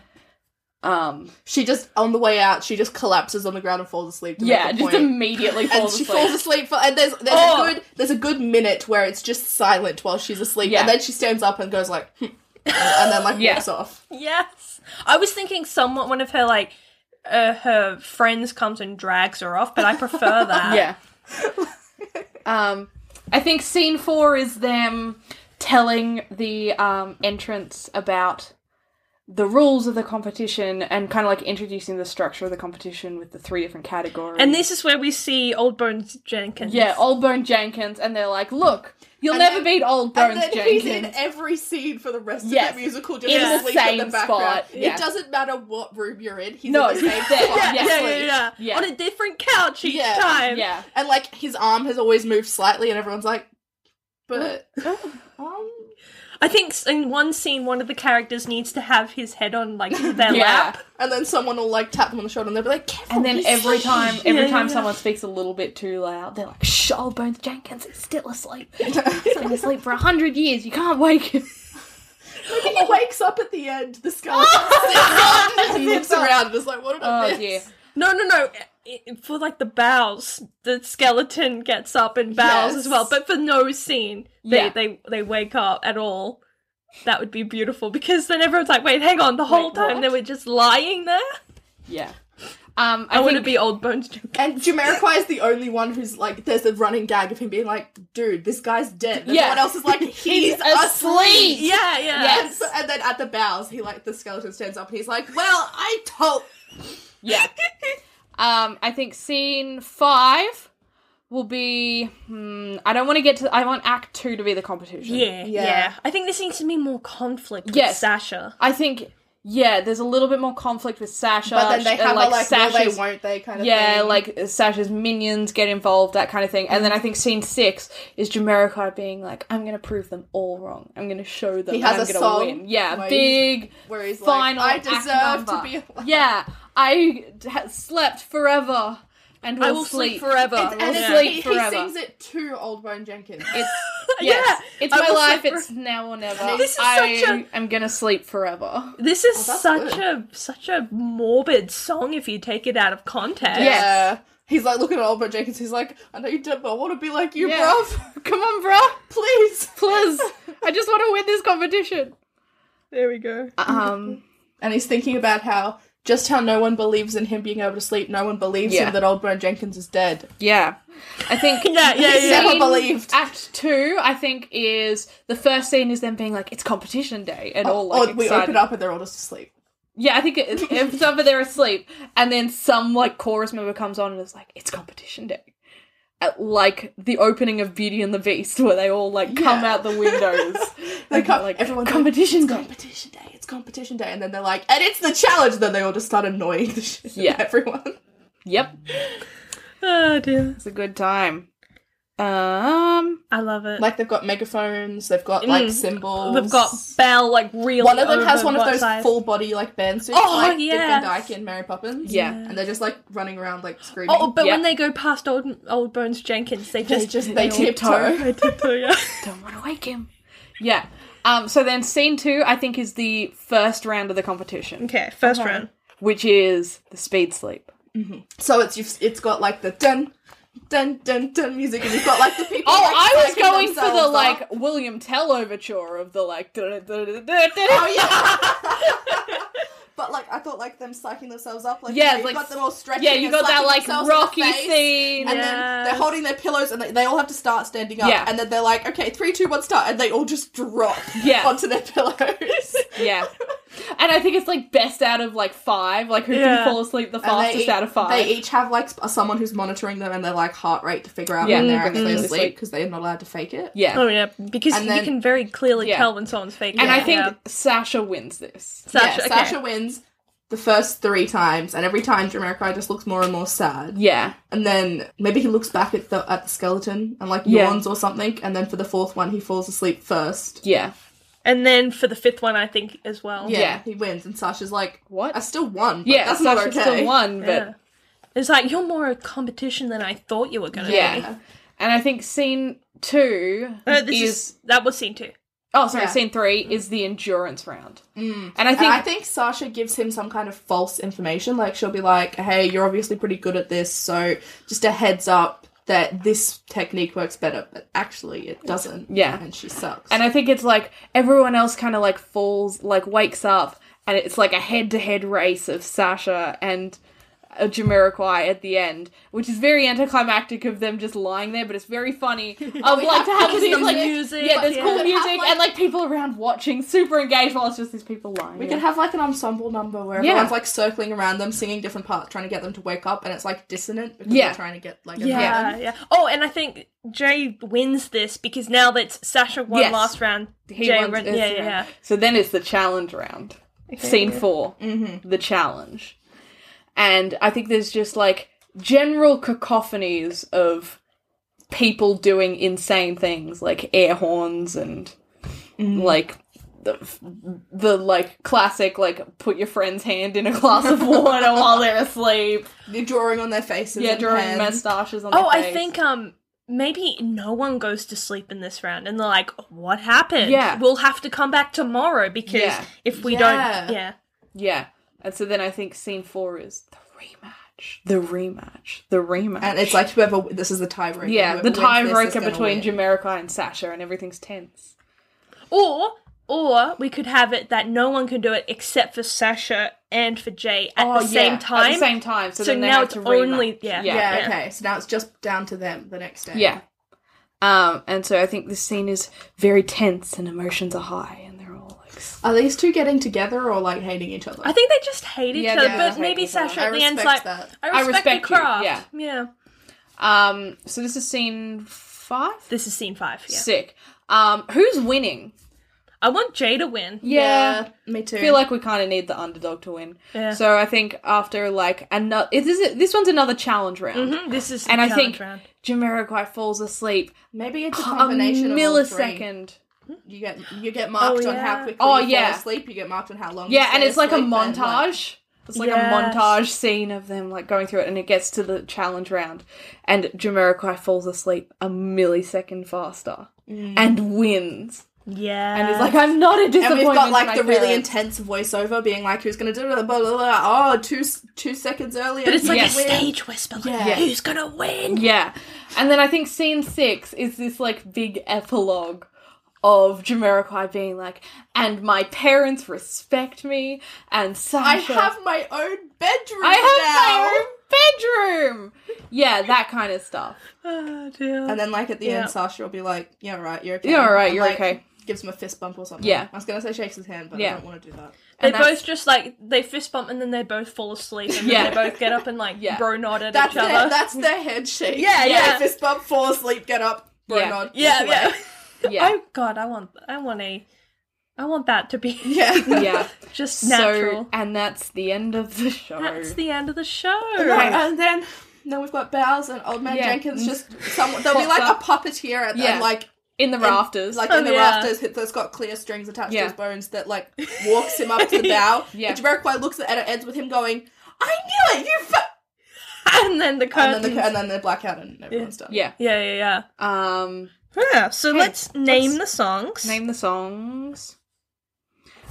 Speaker 3: Um,
Speaker 5: She just on the way out, she just collapses on the ground and falls asleep. To
Speaker 3: yeah,
Speaker 5: make a
Speaker 3: just
Speaker 5: point.
Speaker 3: immediately
Speaker 5: and
Speaker 3: falls
Speaker 5: she
Speaker 3: asleep.
Speaker 5: falls asleep for and there's there's
Speaker 4: Oh.
Speaker 5: a good there's a good minute where it's just silent while she's asleep
Speaker 3: Yeah.
Speaker 5: and then she stands up and goes like *laughs* hmm, and then like
Speaker 3: Yeah.
Speaker 5: walks off.
Speaker 4: Yes. I was thinking someone, one of her like, uh, her friends comes and drags her off, but
Speaker 5: *laughs*
Speaker 4: I prefer that.
Speaker 3: Yeah. um, I think scene four is them telling the um, entrance about the rules of the competition and kind of like introducing the structure of the competition with the three different categories.
Speaker 4: And this is where we see Old Bones Jenkins.
Speaker 3: yeah, Old Bone Jenkins, and they're like, look, you'll
Speaker 5: And
Speaker 3: never
Speaker 5: then-
Speaker 3: beat Old Bones
Speaker 5: and then
Speaker 3: Jenkins.
Speaker 5: he's in every scene for the rest
Speaker 3: Yes.
Speaker 5: of the musical, just
Speaker 3: In the
Speaker 5: asleep in
Speaker 3: same
Speaker 5: the background.
Speaker 3: spot, yeah.
Speaker 5: It doesn't matter what room you're in. He's
Speaker 3: *laughs* No,
Speaker 5: in the same
Speaker 3: he's
Speaker 5: spot.
Speaker 3: there.
Speaker 4: *laughs* yeah, yeah,
Speaker 3: Yes,
Speaker 4: yeah, yeah.
Speaker 3: Yeah.
Speaker 4: On a different couch each
Speaker 5: Yeah,
Speaker 4: time.
Speaker 3: yeah.
Speaker 5: And like his arm has always moved slightly, and everyone's like,
Speaker 3: *laughs*
Speaker 5: "But um,
Speaker 4: I think s- in one scene, one of the characters needs to have his head
Speaker 3: *laughs*
Speaker 4: on like their
Speaker 3: Yeah.
Speaker 4: lap.
Speaker 5: And then someone will like tap them on the shoulder, and they'll be like, "Careful."
Speaker 3: And then
Speaker 5: he's
Speaker 3: every
Speaker 5: sleeping."
Speaker 3: time, every
Speaker 4: Yeah,
Speaker 3: time
Speaker 4: yeah.
Speaker 3: someone speaks a little bit too loud, they're like, "Shh, Old Bones Jenkins is still
Speaker 4: *laughs*
Speaker 3: asleep. He's been asleep for a hundred years. You can't wake him." *laughs*
Speaker 5: Maybe he wakes up at the end. The skull sits on, and he looks around and is like, "What did I
Speaker 3: Oh
Speaker 5: miss?"
Speaker 3: yeah,
Speaker 4: No, no, no. I- I- For like the bows, the skeleton gets up and bows as
Speaker 5: Yes.
Speaker 4: well. But for no scene, they
Speaker 3: Yeah.
Speaker 4: they they wake up at all. That would be beautiful because then everyone's like, "Wait, hang on!" The whole
Speaker 3: Wait,
Speaker 4: time they
Speaker 3: what?
Speaker 4: were just lying there.
Speaker 3: yeah. Um, I,
Speaker 4: I, want to
Speaker 3: think-
Speaker 4: be old bones. Joker.
Speaker 5: And Jamiroquai is the only one who's like, there's the running gag of him being like, "Dude, this guy's dead." And
Speaker 3: Yeah.
Speaker 5: Everyone else
Speaker 3: *laughs*
Speaker 5: is like, "He's, asleep."
Speaker 4: Yeah, yeah.
Speaker 3: Yes.
Speaker 5: And, so- and then at the bows, he like the skeleton stands up and he's like, "Well, I told."
Speaker 3: *laughs* Yeah. um, I think scene five will be. Hmm, I don't want to get to. I want Act Two to be the competition.
Speaker 4: Yeah, yeah,
Speaker 5: Yeah.
Speaker 4: I think this needs to be more conflict with
Speaker 3: Yes.
Speaker 4: Sasha.
Speaker 3: I think. Yeah, there's a little bit more conflict with Sasha.
Speaker 5: *laughs* But then they
Speaker 3: and,
Speaker 5: have a like, "Will they?
Speaker 3: Sasha's-
Speaker 5: Won't they?" kind of
Speaker 3: Yeah,
Speaker 5: thing.
Speaker 3: like Sasha's minions get involved, that kind of thing. And then I
Speaker 5: Mm.
Speaker 3: think scene six is Jamiroquai being like, "I'm gonna prove them all wrong. I'm gonna show them.
Speaker 5: He
Speaker 3: that
Speaker 5: has
Speaker 3: I'm
Speaker 5: a
Speaker 3: gonna
Speaker 5: song
Speaker 3: win. Yeah,
Speaker 5: where he's-
Speaker 3: big
Speaker 5: where he's like,
Speaker 3: final.
Speaker 5: "I
Speaker 3: act
Speaker 5: deserve to
Speaker 3: number.
Speaker 5: be alive."
Speaker 3: Yeah, I ha- slept forever and will
Speaker 4: I will sleep, forever.
Speaker 3: It's-
Speaker 5: and
Speaker 3: will
Speaker 5: it's,
Speaker 3: sleep
Speaker 5: he, he
Speaker 3: forever.
Speaker 5: sings it to Old Bone Jenkins. *laughs*
Speaker 3: It's yes,
Speaker 4: Yeah,
Speaker 3: it's
Speaker 4: I
Speaker 3: my
Speaker 4: will
Speaker 3: life.
Speaker 4: sleep
Speaker 3: It's now or never.
Speaker 4: This is
Speaker 3: I
Speaker 4: such a-
Speaker 3: am gonna sleep forever.
Speaker 4: This is
Speaker 5: Oh, that's
Speaker 4: such
Speaker 5: good.
Speaker 4: a such a morbid song if you take it out of context.
Speaker 5: Yeah. He's like looking at Albert Jenkins. He's like, I know you did, but I want to be like you,
Speaker 3: Yeah.
Speaker 5: bruv. *laughs*
Speaker 3: Come on, bro.
Speaker 5: Please.
Speaker 3: Please, I just want to win this competition.
Speaker 4: There we go.
Speaker 5: Uh,
Speaker 3: Um.
Speaker 5: And he's thinking about how just how no one believes in him being able to sleep. No one believes
Speaker 3: Yeah.
Speaker 5: him that Old Bone Jenkins is dead.
Speaker 3: Yeah. I think
Speaker 4: *laughs* Yeah, yeah,
Speaker 3: scene-
Speaker 4: yeah.
Speaker 5: Never believed.
Speaker 3: Act two, I think, is the first scene is them being like, it's competition day and all
Speaker 5: or
Speaker 3: Oh, like
Speaker 5: we
Speaker 3: excited.
Speaker 5: open up and they're all just asleep.
Speaker 3: Yeah, I think it it opens up and they're asleep. And then some like chorus member comes on and is like, it's competition day. At, like the opening of Beauty and the Beast where they all like come
Speaker 5: Yeah.
Speaker 3: out the *laughs* windows.
Speaker 5: They
Speaker 3: and they're
Speaker 5: come,
Speaker 3: like
Speaker 5: everyone's
Speaker 3: competition
Speaker 5: like, it's
Speaker 3: day.
Speaker 5: competition day. It's competition day. And then they're like, and it's the challenge. Then they all just start annoying the *laughs* shit out of
Speaker 3: Yeah.
Speaker 5: everyone.
Speaker 3: Yep.
Speaker 4: Oh dear.
Speaker 3: It's a good time. Um
Speaker 4: I love it.
Speaker 5: Like they've got megaphones. They've got like symbols.
Speaker 4: We've Mm. got Belle like really.
Speaker 5: One of them has
Speaker 4: over
Speaker 5: one of
Speaker 4: what
Speaker 5: those
Speaker 4: size-
Speaker 5: full body like band suits,
Speaker 4: Oh,
Speaker 5: like Dick
Speaker 4: yes.
Speaker 5: Van Dyke and Mary Poppins.
Speaker 3: Yeah.
Speaker 5: and they're just like running around like screaming.
Speaker 4: Oh, but
Speaker 3: Yeah.
Speaker 4: when they go past old old Bones Jenkins, they
Speaker 5: they
Speaker 4: just
Speaker 5: just they
Speaker 3: tiptoe.
Speaker 5: tiptoe.
Speaker 4: *laughs* they tiptoe,
Speaker 5: *laughs*
Speaker 4: yeah.
Speaker 3: don't want to wake him. Yeah. Um so then scene two I think is the first round of the competition.
Speaker 4: Okay, first round.
Speaker 3: which is the speed sleep.
Speaker 5: So it's you've, it's got like the dun dun dun dun music, and you've got like the people.
Speaker 3: Oh,
Speaker 5: like,
Speaker 3: I was
Speaker 5: psyching
Speaker 3: going for the
Speaker 5: themselves
Speaker 3: like
Speaker 5: up.
Speaker 3: William Tell overture of the like.
Speaker 5: Oh
Speaker 3: Oh
Speaker 5: yeah.
Speaker 3: *laughs*
Speaker 5: But like I thought, like them psyching themselves up, like
Speaker 3: Yeah,
Speaker 5: you
Speaker 3: like-
Speaker 5: got them all stretching.
Speaker 3: yeah, you
Speaker 5: and
Speaker 3: got that
Speaker 5: slapping
Speaker 3: like
Speaker 5: themselves in the
Speaker 3: rocky
Speaker 5: face,
Speaker 3: scene.
Speaker 5: and
Speaker 4: Yeah.
Speaker 5: then they're holding their pillows, and they, they all have to start standing up.
Speaker 3: Yeah.
Speaker 5: and then they're like, okay, three, two, one, start, and they all just drop
Speaker 3: Yeah.
Speaker 5: onto
Speaker 3: *laughs*
Speaker 5: their pillows.
Speaker 3: yeah. And I think it's like best out of like five, like who can
Speaker 4: Yeah.
Speaker 3: fall asleep the
Speaker 5: And
Speaker 3: fastest
Speaker 5: they,
Speaker 3: out of five.
Speaker 5: They each have like sp- someone who's monitoring them and their like heart rate to figure out
Speaker 3: Yeah.
Speaker 5: when they're
Speaker 3: Mm,
Speaker 5: actually
Speaker 3: mm.
Speaker 5: asleep because they're not allowed to fake it.
Speaker 3: yeah.
Speaker 4: Oh yeah, because
Speaker 5: And
Speaker 4: you
Speaker 5: then-
Speaker 4: can very clearly
Speaker 3: Yeah.
Speaker 4: tell when someone's faking.
Speaker 3: and I
Speaker 4: it,
Speaker 3: think
Speaker 4: yeah.
Speaker 3: Sasha wins this.
Speaker 5: Yeah,
Speaker 4: Sasha. okay.
Speaker 5: Sasha wins the first three times, and every time Jamiroquai just looks more and more sad.
Speaker 3: Yeah.
Speaker 5: And then maybe he looks back at the at the skeleton and like
Speaker 3: Yeah.
Speaker 5: yawns or something, and then for the fourth one he falls asleep first.
Speaker 3: Yeah.
Speaker 4: And then for the fifth one, I think as well.
Speaker 5: Yeah,
Speaker 3: Yeah.
Speaker 5: he wins, and Sasha's like,
Speaker 3: What?
Speaker 5: I still won. But
Speaker 3: Yeah.
Speaker 5: that's
Speaker 3: Sasha
Speaker 5: not okay."
Speaker 3: still won, but
Speaker 4: Yeah. It's like you're more a competition than I thought you were gonna
Speaker 3: yeah.
Speaker 4: be.
Speaker 3: And I think scene two
Speaker 4: Uh, this
Speaker 3: is,
Speaker 4: is, Mm. that was scene two.
Speaker 3: oh sorry,
Speaker 5: Yeah.
Speaker 3: scene three is the endurance round.
Speaker 4: Mm.
Speaker 3: And I
Speaker 5: And
Speaker 3: think
Speaker 5: I think Sasha gives him some kind of false information. Like she'll be like, "Hey, you're obviously pretty good at this, so just a heads up that this technique works better, but actually it doesn't."
Speaker 3: Yeah.
Speaker 5: and she sucks.
Speaker 3: And I think it's like everyone else kind of like falls, like wakes up, and it's like a head to head race of Sasha and a Jamiroquai at the end, which is very anticlimactic of them just lying there, but it's very
Speaker 4: *laughs*
Speaker 3: funny. Of like to have
Speaker 4: because
Speaker 3: these
Speaker 4: the
Speaker 3: like
Speaker 4: music-
Speaker 3: yeah, there's
Speaker 4: yeah.
Speaker 3: cool
Speaker 4: Have,
Speaker 3: music
Speaker 5: like-
Speaker 3: and like people around watching, super engaged, while it's just these people lying.
Speaker 5: We
Speaker 3: there.
Speaker 5: could have like an ensemble number where
Speaker 3: Yeah.
Speaker 5: everyone's like circling around them, singing different parts, trying to get them to wake up, and it's like dissonant because
Speaker 3: Yeah.
Speaker 5: they're trying to get like a
Speaker 4: Yeah,
Speaker 5: rhythm.
Speaker 4: yeah. Oh, and I think Jay wins this because now that Sasha won
Speaker 3: Yes.
Speaker 4: last round,
Speaker 3: He
Speaker 4: Jay
Speaker 3: wants
Speaker 4: won. Yeah,
Speaker 3: this
Speaker 4: yeah,
Speaker 3: round.
Speaker 4: yeah.
Speaker 3: So then it's the challenge round. Scene 4 Mm-hmm. The challenge. And I think there's just like general cacophonies of people doing insane things like air horns and like the, the like classic like put your friend's hand in a glass *laughs* of water while they're asleep.
Speaker 5: They're drawing on their faces.
Speaker 3: Yeah,
Speaker 5: and
Speaker 3: drawing
Speaker 5: hands.
Speaker 3: mustaches on
Speaker 4: Oh,
Speaker 3: their
Speaker 4: I
Speaker 3: face.
Speaker 4: think um maybe no one goes to sleep in this round, and they're like, "What happened?
Speaker 3: Yeah.
Speaker 4: we'll have to come back tomorrow because
Speaker 3: Yeah.
Speaker 4: if we
Speaker 5: Yeah.
Speaker 4: don't, yeah,
Speaker 3: Yeah. And so then I think scene four is the rematch. The rematch. The rematch.
Speaker 5: And it's like whoever this is the tiebreaker.
Speaker 3: Yeah,
Speaker 5: whoever
Speaker 3: the
Speaker 5: wins this is
Speaker 3: tiebreaker
Speaker 5: gonna
Speaker 3: between
Speaker 5: win.
Speaker 3: Jamaica and Sasha, and everything's tense.
Speaker 4: or." Or we could have it that no one can do it except for Sasha and for Jay Oh, at the same time.
Speaker 3: Oh, At the same time. So,
Speaker 4: So
Speaker 3: then they
Speaker 4: now
Speaker 3: have
Speaker 4: it's
Speaker 3: to
Speaker 4: only-
Speaker 3: rematch.
Speaker 4: yeah.
Speaker 3: yeah,
Speaker 5: Yeah,
Speaker 4: Yeah.
Speaker 5: okay. So now it's just down to them the next day.
Speaker 3: yeah. Um, and so I think this scene is very tense, and emotions are high, and they're all like, s-
Speaker 5: Are these two getting together or like hating each other?
Speaker 4: I think they just hate each
Speaker 3: Yeah,
Speaker 4: other,
Speaker 3: they
Speaker 4: but
Speaker 3: hate
Speaker 4: maybe
Speaker 3: each other.
Speaker 4: Sasha
Speaker 5: I
Speaker 4: at the end's like,
Speaker 5: respect that.
Speaker 4: I respect,
Speaker 3: respect
Speaker 4: the
Speaker 3: you,
Speaker 4: craft.
Speaker 3: yeah.
Speaker 4: yeah.
Speaker 3: um. So this is scene five.
Speaker 4: This is scene five. Yeah.
Speaker 3: Sick. Um, who's winning?
Speaker 4: I want Jay to win.
Speaker 5: yeah, me too.
Speaker 3: I feel like we kind of need the underdog to win.
Speaker 4: Yeah.
Speaker 3: So I think after like another, this is this one's another challenge round,
Speaker 4: Mhm, This is
Speaker 3: and
Speaker 4: the
Speaker 3: I
Speaker 4: challenge
Speaker 3: think
Speaker 4: round.
Speaker 3: Jamiroquai falls asleep
Speaker 5: maybe it's a
Speaker 3: a
Speaker 5: combination of all three.
Speaker 3: millisecond.
Speaker 5: You get you get marked
Speaker 4: Oh,
Speaker 5: on how
Speaker 4: yeah.
Speaker 5: quickly
Speaker 3: Oh,
Speaker 5: you
Speaker 3: yeah.
Speaker 5: fall asleep. You get marked on how long. you
Speaker 3: Yeah, and
Speaker 5: stay
Speaker 3: it's like a
Speaker 5: asleep, and,
Speaker 3: montage. It's like
Speaker 4: Yes.
Speaker 3: a montage scene of them like going through it, and it gets to the challenge round, and Jamiroquai falls asleep a millisecond faster and wins.
Speaker 4: Yeah.
Speaker 3: And he's like, "I'm not a
Speaker 5: Mm. and
Speaker 3: disappointment."
Speaker 5: we've got like
Speaker 3: to my
Speaker 5: the really
Speaker 3: parents."
Speaker 5: intense voiceover being like, "Who's gonna do it?" Blah blah blah. Oh, two s- two seconds earlier.
Speaker 4: But it's like
Speaker 3: Yes.
Speaker 4: a stage whisper. Like,
Speaker 5: Yeah.
Speaker 4: who's gonna win?
Speaker 3: Yeah. And then I think scene six is this like big epilogue of Jamiroquai being like, and my parents respect me, and
Speaker 5: I
Speaker 3: Sasha.
Speaker 5: have my own bedroom.
Speaker 3: I have my own
Speaker 5: now.
Speaker 3: bedroom! Yeah, that kind of stuff.
Speaker 4: Oh, dear.
Speaker 5: And then like at the
Speaker 4: Yeah.
Speaker 5: end, Sasha will be like, "Yeah, right. You're okay.
Speaker 3: You're all right,
Speaker 5: and,
Speaker 3: you're
Speaker 5: like,
Speaker 3: okay.
Speaker 5: Gives him a fist bump or something.
Speaker 3: Yeah.
Speaker 5: I was gonna say shakes his hand, but
Speaker 3: Yeah.
Speaker 5: I don't want to do that.
Speaker 4: they
Speaker 3: and that's-
Speaker 4: both just like they fist bump and then they both fall asleep and
Speaker 3: Yeah.
Speaker 4: then they both get up and like
Speaker 3: Yeah.
Speaker 4: bro nod at
Speaker 5: That's
Speaker 4: each other.
Speaker 5: their, that's their head shake.
Speaker 4: Yeah, yeah.
Speaker 5: Fist bump, fall asleep, get up, bro
Speaker 3: Yeah.
Speaker 5: nod.
Speaker 4: *laughs* yeah,
Speaker 5: walk away.
Speaker 4: yeah.
Speaker 3: Yeah.
Speaker 4: Oh god, I want I want a I want that to be
Speaker 5: *laughs* yeah.
Speaker 3: *laughs* yeah.
Speaker 4: just
Speaker 3: So,
Speaker 4: natural.
Speaker 3: and that's the end of the show.
Speaker 4: That's the end of the show.
Speaker 5: *laughs* Right, and then then we've got Bowers and Old Man
Speaker 3: Yeah.
Speaker 5: Jenkins. Just someone there'll be
Speaker 3: Pops
Speaker 5: like
Speaker 3: up.
Speaker 5: a puppeteer at
Speaker 3: Yeah.
Speaker 5: and like
Speaker 3: in the rafters.
Speaker 5: like
Speaker 4: Oh,
Speaker 5: *laughs* in the
Speaker 4: yeah.
Speaker 5: rafters hit- that's got clear strings attached
Speaker 3: Yeah.
Speaker 5: to his bones that like walks him up to the bow.
Speaker 3: *laughs* Yeah.
Speaker 5: And Jamiroquai looks at it and it ends with him going, "I knew it, you." Fu-!
Speaker 4: *laughs* And then the curtains.
Speaker 5: And then the and then the blackout and everyone's done.
Speaker 3: yeah.
Speaker 4: yeah, yeah, yeah.
Speaker 3: Um,
Speaker 4: Yeah, so let's name the songs.
Speaker 3: name the songs.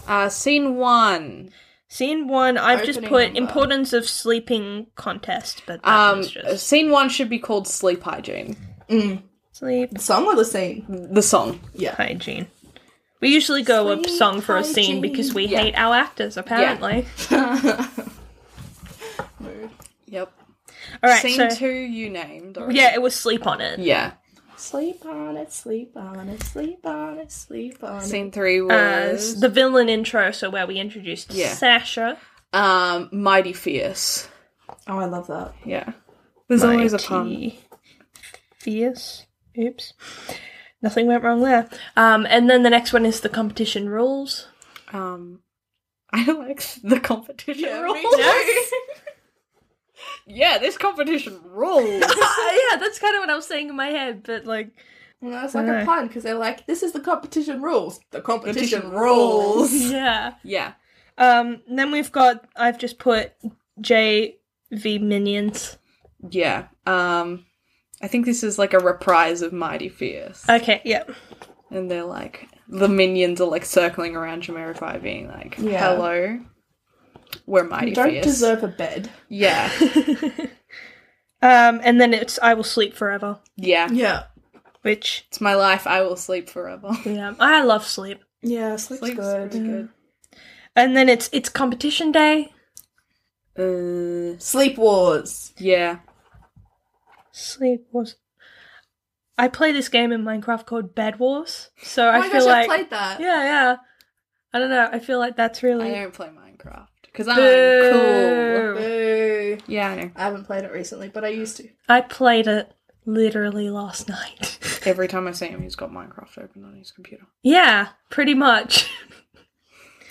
Speaker 3: Uh, scene one.
Speaker 4: Scene one, I've just
Speaker 5: Opening
Speaker 4: put
Speaker 5: number.
Speaker 4: importance of sleeping contest, but that
Speaker 3: Um,
Speaker 4: one's just
Speaker 3: scene one should be called sleep hygiene.
Speaker 4: sleep
Speaker 5: The song or the scene?
Speaker 3: The song.
Speaker 5: Yeah.
Speaker 4: hygiene. We usually go a song for a scene
Speaker 5: hygiene.
Speaker 4: because we hate our actors, apparently.
Speaker 3: Yep.
Speaker 4: All right,
Speaker 3: scene
Speaker 4: so
Speaker 3: two, you named. Already.
Speaker 4: yeah, it was sleep on it.
Speaker 3: Yeah.
Speaker 5: Sleep on it, sleep on it, sleep on it, sleep on it.
Speaker 3: Scene three
Speaker 4: Uh,
Speaker 3: was
Speaker 4: the villain intro, so where we introduced
Speaker 3: Yeah.
Speaker 4: Sasha.
Speaker 3: um mighty fierce.
Speaker 5: Oh, I love that.
Speaker 3: Yeah. There's always a pun.
Speaker 4: Mighty Fierce. Oops. Nothing went wrong there. Um, and then the next one is the competition rules.
Speaker 3: Um, *laughs* I like the competition
Speaker 5: me
Speaker 3: rules.
Speaker 5: too.
Speaker 3: *laughs* yeah, this competition
Speaker 5: *laughs*
Speaker 3: rules.
Speaker 4: *laughs* yeah, that's kind of what I was saying in my head, but like,
Speaker 5: And that's like
Speaker 4: Alright.
Speaker 5: a pun because they're like, "This is the competition rules." The competition,
Speaker 3: Competition
Speaker 5: rules.
Speaker 4: yeah.
Speaker 3: yeah.
Speaker 4: Um, then we've got, I've just put J V Minions.
Speaker 3: Yeah. Um, I think this is like a reprise of Mighty Fierce.
Speaker 4: Okay, yeah.
Speaker 3: and they're like the minions are like circling around Jamiroquai being like,
Speaker 5: Yeah.
Speaker 3: "Hello, we're mighty
Speaker 5: You don't
Speaker 3: fierce."
Speaker 5: deserve a bed.
Speaker 3: *laughs* yeah,
Speaker 4: Um, and then it's I Will Sleep Forever,
Speaker 3: yeah.
Speaker 5: Yeah,
Speaker 4: which,
Speaker 3: It's my life. I will sleep forever.
Speaker 5: *laughs*
Speaker 4: yeah, I love sleep.
Speaker 5: yeah, sleep's,
Speaker 3: Sleep's
Speaker 5: good.
Speaker 3: pretty good.
Speaker 4: And then it's it's competition day.
Speaker 3: Uh, Uh,
Speaker 5: Sleep Wars.
Speaker 3: yeah.
Speaker 4: Sleep Wars. I play this game in Minecraft called Bed Wars, so
Speaker 5: Oh
Speaker 4: I
Speaker 5: my
Speaker 4: feel
Speaker 5: gosh,
Speaker 4: like
Speaker 5: I've played that.
Speaker 4: yeah, yeah. I don't know. I feel like that's
Speaker 3: I
Speaker 4: really
Speaker 3: don't play Minecraft because I'm
Speaker 4: Boo.
Speaker 3: cool.
Speaker 5: Boo.
Speaker 3: Yeah, I know.
Speaker 5: I haven't played it recently, but I used to.
Speaker 4: I played it literally last *laughs* night.
Speaker 3: Every time I see him, he's got Minecraft open on his computer.
Speaker 4: yeah, pretty much.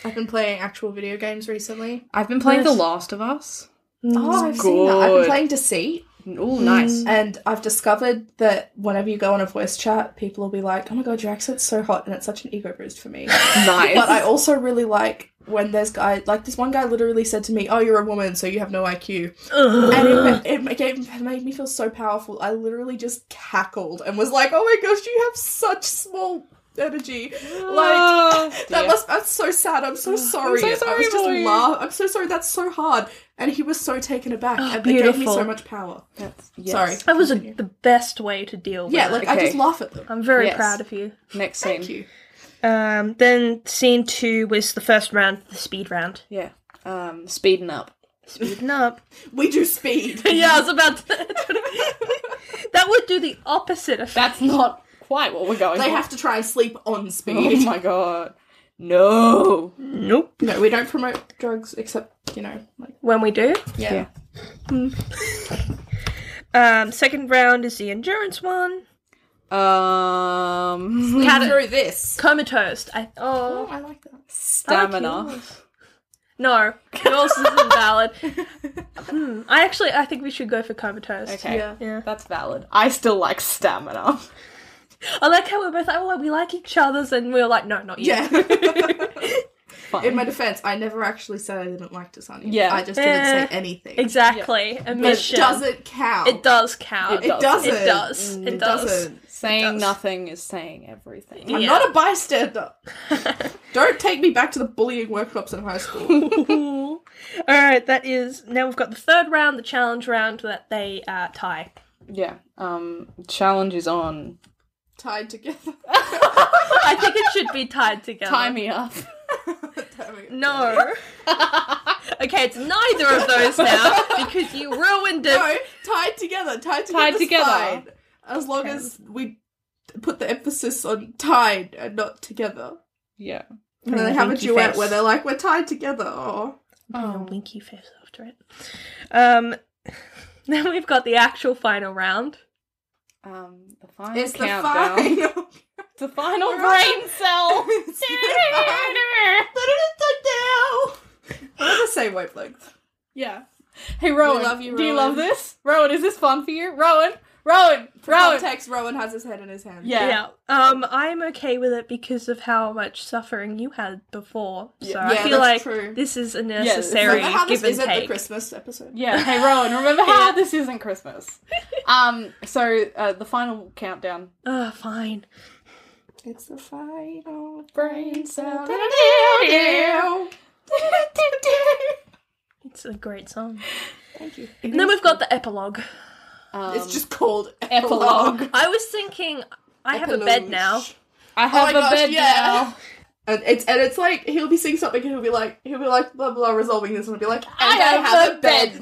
Speaker 5: I've been playing actual video games recently.
Speaker 3: I've been playing
Speaker 4: Nice.
Speaker 3: The Last of Us.
Speaker 4: *laughs*
Speaker 5: Oh, I've seen that. I've been
Speaker 3: Good.
Speaker 5: playing Deceit,
Speaker 3: Oh, nice.
Speaker 5: and I've discovered that whenever you go on a voice chat, people will be like, "Oh my god, your accent's so hot," and it's such an ego boost for *laughs* me.
Speaker 3: *laughs* nice.
Speaker 5: Mm. but I also really like when there's guy like this one guy literally said to me, "Oh, you're a woman, so you have no IQ," and it, it, ma- gave, it made me feel so powerful. I literally just cackled and was like, "Oh my gosh, you have such small energy!" Like that must. I'm so sad. I'm so sorry.
Speaker 3: I'm so
Speaker 5: I was
Speaker 3: sorry
Speaker 5: just
Speaker 3: for you.
Speaker 5: laugh. I'm so sorry. That's so hard. And he was so taken aback, and it gave me
Speaker 4: beautiful. Oh,
Speaker 5: so much power.
Speaker 3: That's, yes.
Speaker 5: Sorry.
Speaker 4: That was a, the best way to deal with
Speaker 5: Yeah,
Speaker 4: it.
Speaker 5: like I just
Speaker 3: Okay.
Speaker 5: laugh at them.
Speaker 4: I'm very
Speaker 3: Yes.
Speaker 4: proud of you.
Speaker 3: Next scene.
Speaker 5: Thank you.
Speaker 4: Um, then scene two was the first round, the speed round.
Speaker 3: Yeah. Um, speeding up.
Speaker 5: *laughs*
Speaker 4: Speeding up.
Speaker 5: We do speed.
Speaker 4: yeah, I was about to. *laughs* that would do the opposite effect.
Speaker 3: That's not quite what we're going.
Speaker 5: they
Speaker 3: for.
Speaker 5: have to try and sleep on
Speaker 3: Oh
Speaker 5: speed.
Speaker 3: my god. No.
Speaker 4: nope.
Speaker 5: no, we don't promote drugs except you know, like
Speaker 4: When we do. Hmm.
Speaker 5: yeah.
Speaker 3: Yeah.
Speaker 4: *laughs* Um, second round is the endurance one.
Speaker 3: Um.
Speaker 5: *laughs* Cat through this.
Speaker 4: Comatose. I oh
Speaker 5: Oh, I like that.
Speaker 3: Stamina.
Speaker 4: no, yours is
Speaker 5: *laughs*
Speaker 4: invalid. Hmm, I actually I think we should go for comatose.
Speaker 3: Okay.
Speaker 5: Yeah.
Speaker 4: Yeah.
Speaker 3: That's valid. I still like stamina.
Speaker 4: I like how we're both like, oh, we like each other's, and we're like, no, not you.
Speaker 5: Yeah. *laughs*
Speaker 3: Fine.
Speaker 5: In my defense, I never actually said I didn't like Dasani.
Speaker 3: Yeah.
Speaker 5: I just didn't
Speaker 4: Eh,
Speaker 5: say anything.
Speaker 4: Exactly.
Speaker 5: It
Speaker 4: Omission.
Speaker 5: doesn't count.
Speaker 4: It does count.
Speaker 5: It doesn't. Mm,
Speaker 4: It
Speaker 5: *laughs*
Speaker 4: does.
Speaker 5: It
Speaker 4: It does.
Speaker 5: doesn't.
Speaker 3: saying
Speaker 4: does.
Speaker 3: nothing is saying everything.
Speaker 5: I'm
Speaker 4: Yeah.
Speaker 5: not a bystander. Don't take me back to the bullying workshops in high school.
Speaker 4: All right, that is. Now we've got the third round, the challenge round that they uh, tie.
Speaker 3: Yeah. Um. Challenge is on.
Speaker 5: Tied together.
Speaker 4: I think it should be tied together.
Speaker 3: Tie me up.
Speaker 5: *laughs*
Speaker 4: No. okay, it's neither of those now because you ruined it.
Speaker 5: no, tied together. Tied together.
Speaker 3: Tied together.
Speaker 5: Fine. As long as we put the emphasis on tied and not together.
Speaker 3: Yeah.
Speaker 5: And then they have a
Speaker 4: Winky
Speaker 5: duet
Speaker 4: face.
Speaker 5: where they're like, we're tied together. Oh.
Speaker 4: Oh, winky face after it. Um, *laughs* then we've got the actual final round.
Speaker 3: Um. The final
Speaker 5: It's the
Speaker 3: countdown.
Speaker 5: *laughs* final.
Speaker 3: *laughs* The final
Speaker 5: We're
Speaker 3: brain
Speaker 5: on-
Speaker 3: cell.
Speaker 5: *laughs* It's the final. We're the same wavelength.
Speaker 3: yeah. Hey Rowan,
Speaker 5: love you,
Speaker 3: do you
Speaker 5: Rowan.
Speaker 3: love this? Rowan, is this fun for you? Rowan, Rowan,
Speaker 5: For
Speaker 3: Rowan.
Speaker 5: context, Rowan has his head in his hand.
Speaker 3: Yeah.
Speaker 4: Yeah. Um, I'm okay with it because of how much suffering you had before. So I
Speaker 5: Yeah,
Speaker 4: feel
Speaker 5: that's
Speaker 4: like
Speaker 5: true.
Speaker 4: this is a
Speaker 3: it's
Speaker 4: necessary
Speaker 5: Remember how this
Speaker 4: give and
Speaker 5: isn't the
Speaker 4: take.
Speaker 5: Christmas episode?
Speaker 3: Yeah. Hey Rowan, remember
Speaker 5: *laughs*
Speaker 3: how this isn't Christmas? Um. So uh, the final countdown.
Speaker 5: *laughs*
Speaker 4: Oh, fine.
Speaker 5: It's the final
Speaker 3: Brain cell.
Speaker 4: It's a great song.
Speaker 5: Thank you.
Speaker 4: And then we've got the epilogue.
Speaker 3: Um,
Speaker 5: It's just called epilogue.
Speaker 3: epilogue.
Speaker 4: I was thinking, I have a bed
Speaker 5: Epilogue.
Speaker 3: *laughs*
Speaker 4: now. *laughs*
Speaker 3: I have
Speaker 5: Oh my
Speaker 3: a
Speaker 5: gosh,
Speaker 3: bed
Speaker 5: yeah.
Speaker 3: now.
Speaker 5: And it's and it's like he'll be seeing something and he'll be like he'll be like blah blah resolving this and he'll be like and *laughs* I,
Speaker 3: have
Speaker 5: have
Speaker 3: a
Speaker 5: a bed,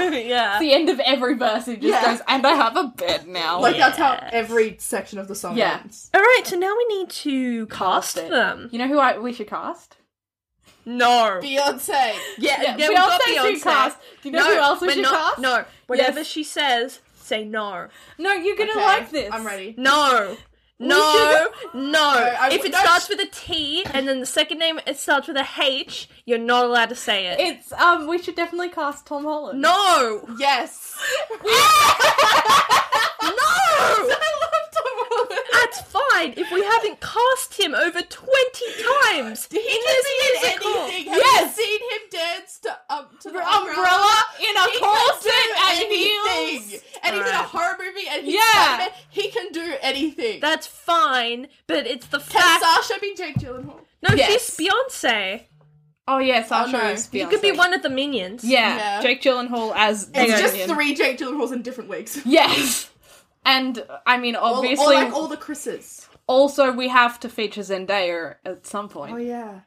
Speaker 3: *laughs* At
Speaker 4: yeah.
Speaker 3: the end of every verse, it just
Speaker 5: Yeah.
Speaker 3: goes, "And I have a bed now."
Speaker 5: like that's how
Speaker 4: Yes.
Speaker 5: every section of the song
Speaker 3: Yeah.
Speaker 5: ends.
Speaker 4: All right, so now we need to cast
Speaker 3: it.
Speaker 4: them.
Speaker 3: You know who I we should cast?
Speaker 4: No.
Speaker 5: Beyonce.
Speaker 4: yeah, yeah,
Speaker 3: Beyonce
Speaker 4: we've got
Speaker 3: should
Speaker 4: Beyonce.
Speaker 3: cast. Do you know
Speaker 4: no,
Speaker 3: who else we
Speaker 4: we're
Speaker 3: should
Speaker 4: not-
Speaker 3: cast?
Speaker 4: No. Whatever
Speaker 3: Yes.
Speaker 4: she says, say no.
Speaker 3: No, you're gonna
Speaker 5: Okay,
Speaker 3: like this.
Speaker 5: I'm ready.
Speaker 4: No. No, no.
Speaker 5: I-
Speaker 4: If it
Speaker 5: no,
Speaker 4: starts
Speaker 5: sh-
Speaker 4: with a T and then the second name it starts with a H, you're not allowed to say it.
Speaker 3: It's um. We should definitely cast Tom Holland. *laughs*
Speaker 4: no.
Speaker 5: Yes.
Speaker 4: No.
Speaker 5: love Tom
Speaker 4: That's fine if we haven't cast him over 20 times in this musical.
Speaker 5: Yes. seen him dance to um to the umbrella,
Speaker 3: umbrella in a
Speaker 5: He
Speaker 3: call
Speaker 5: can do
Speaker 3: center and
Speaker 5: anything.
Speaker 3: heels.
Speaker 5: And he's in a
Speaker 4: Alright.
Speaker 5: horror movie and he's
Speaker 3: Yeah.
Speaker 5: Spider-Man. He can do anything.
Speaker 4: That's fine, but it's the
Speaker 5: Can
Speaker 4: fact.
Speaker 5: Sasha be Jake Gyllenhaal?
Speaker 4: no,
Speaker 3: Yes.
Speaker 4: she's Beyonce.
Speaker 3: Oh yeah, Sasha
Speaker 5: Oh, no.
Speaker 3: is Beyonce.
Speaker 4: You could be one of the minions.
Speaker 3: Yeah,
Speaker 5: Yeah.
Speaker 3: Jake Gyllenhaal as the
Speaker 4: Hang
Speaker 5: It's
Speaker 4: on.
Speaker 5: just
Speaker 3: Minion.
Speaker 5: three Jake Gyllenhaals in different wigs.
Speaker 3: Yes, and I mean
Speaker 5: Or-
Speaker 3: obviously.
Speaker 5: or like all the Chris's.
Speaker 3: Oh,
Speaker 5: Oh,
Speaker 3: also, we have to feature Zendaya at some point.
Speaker 5: yeah.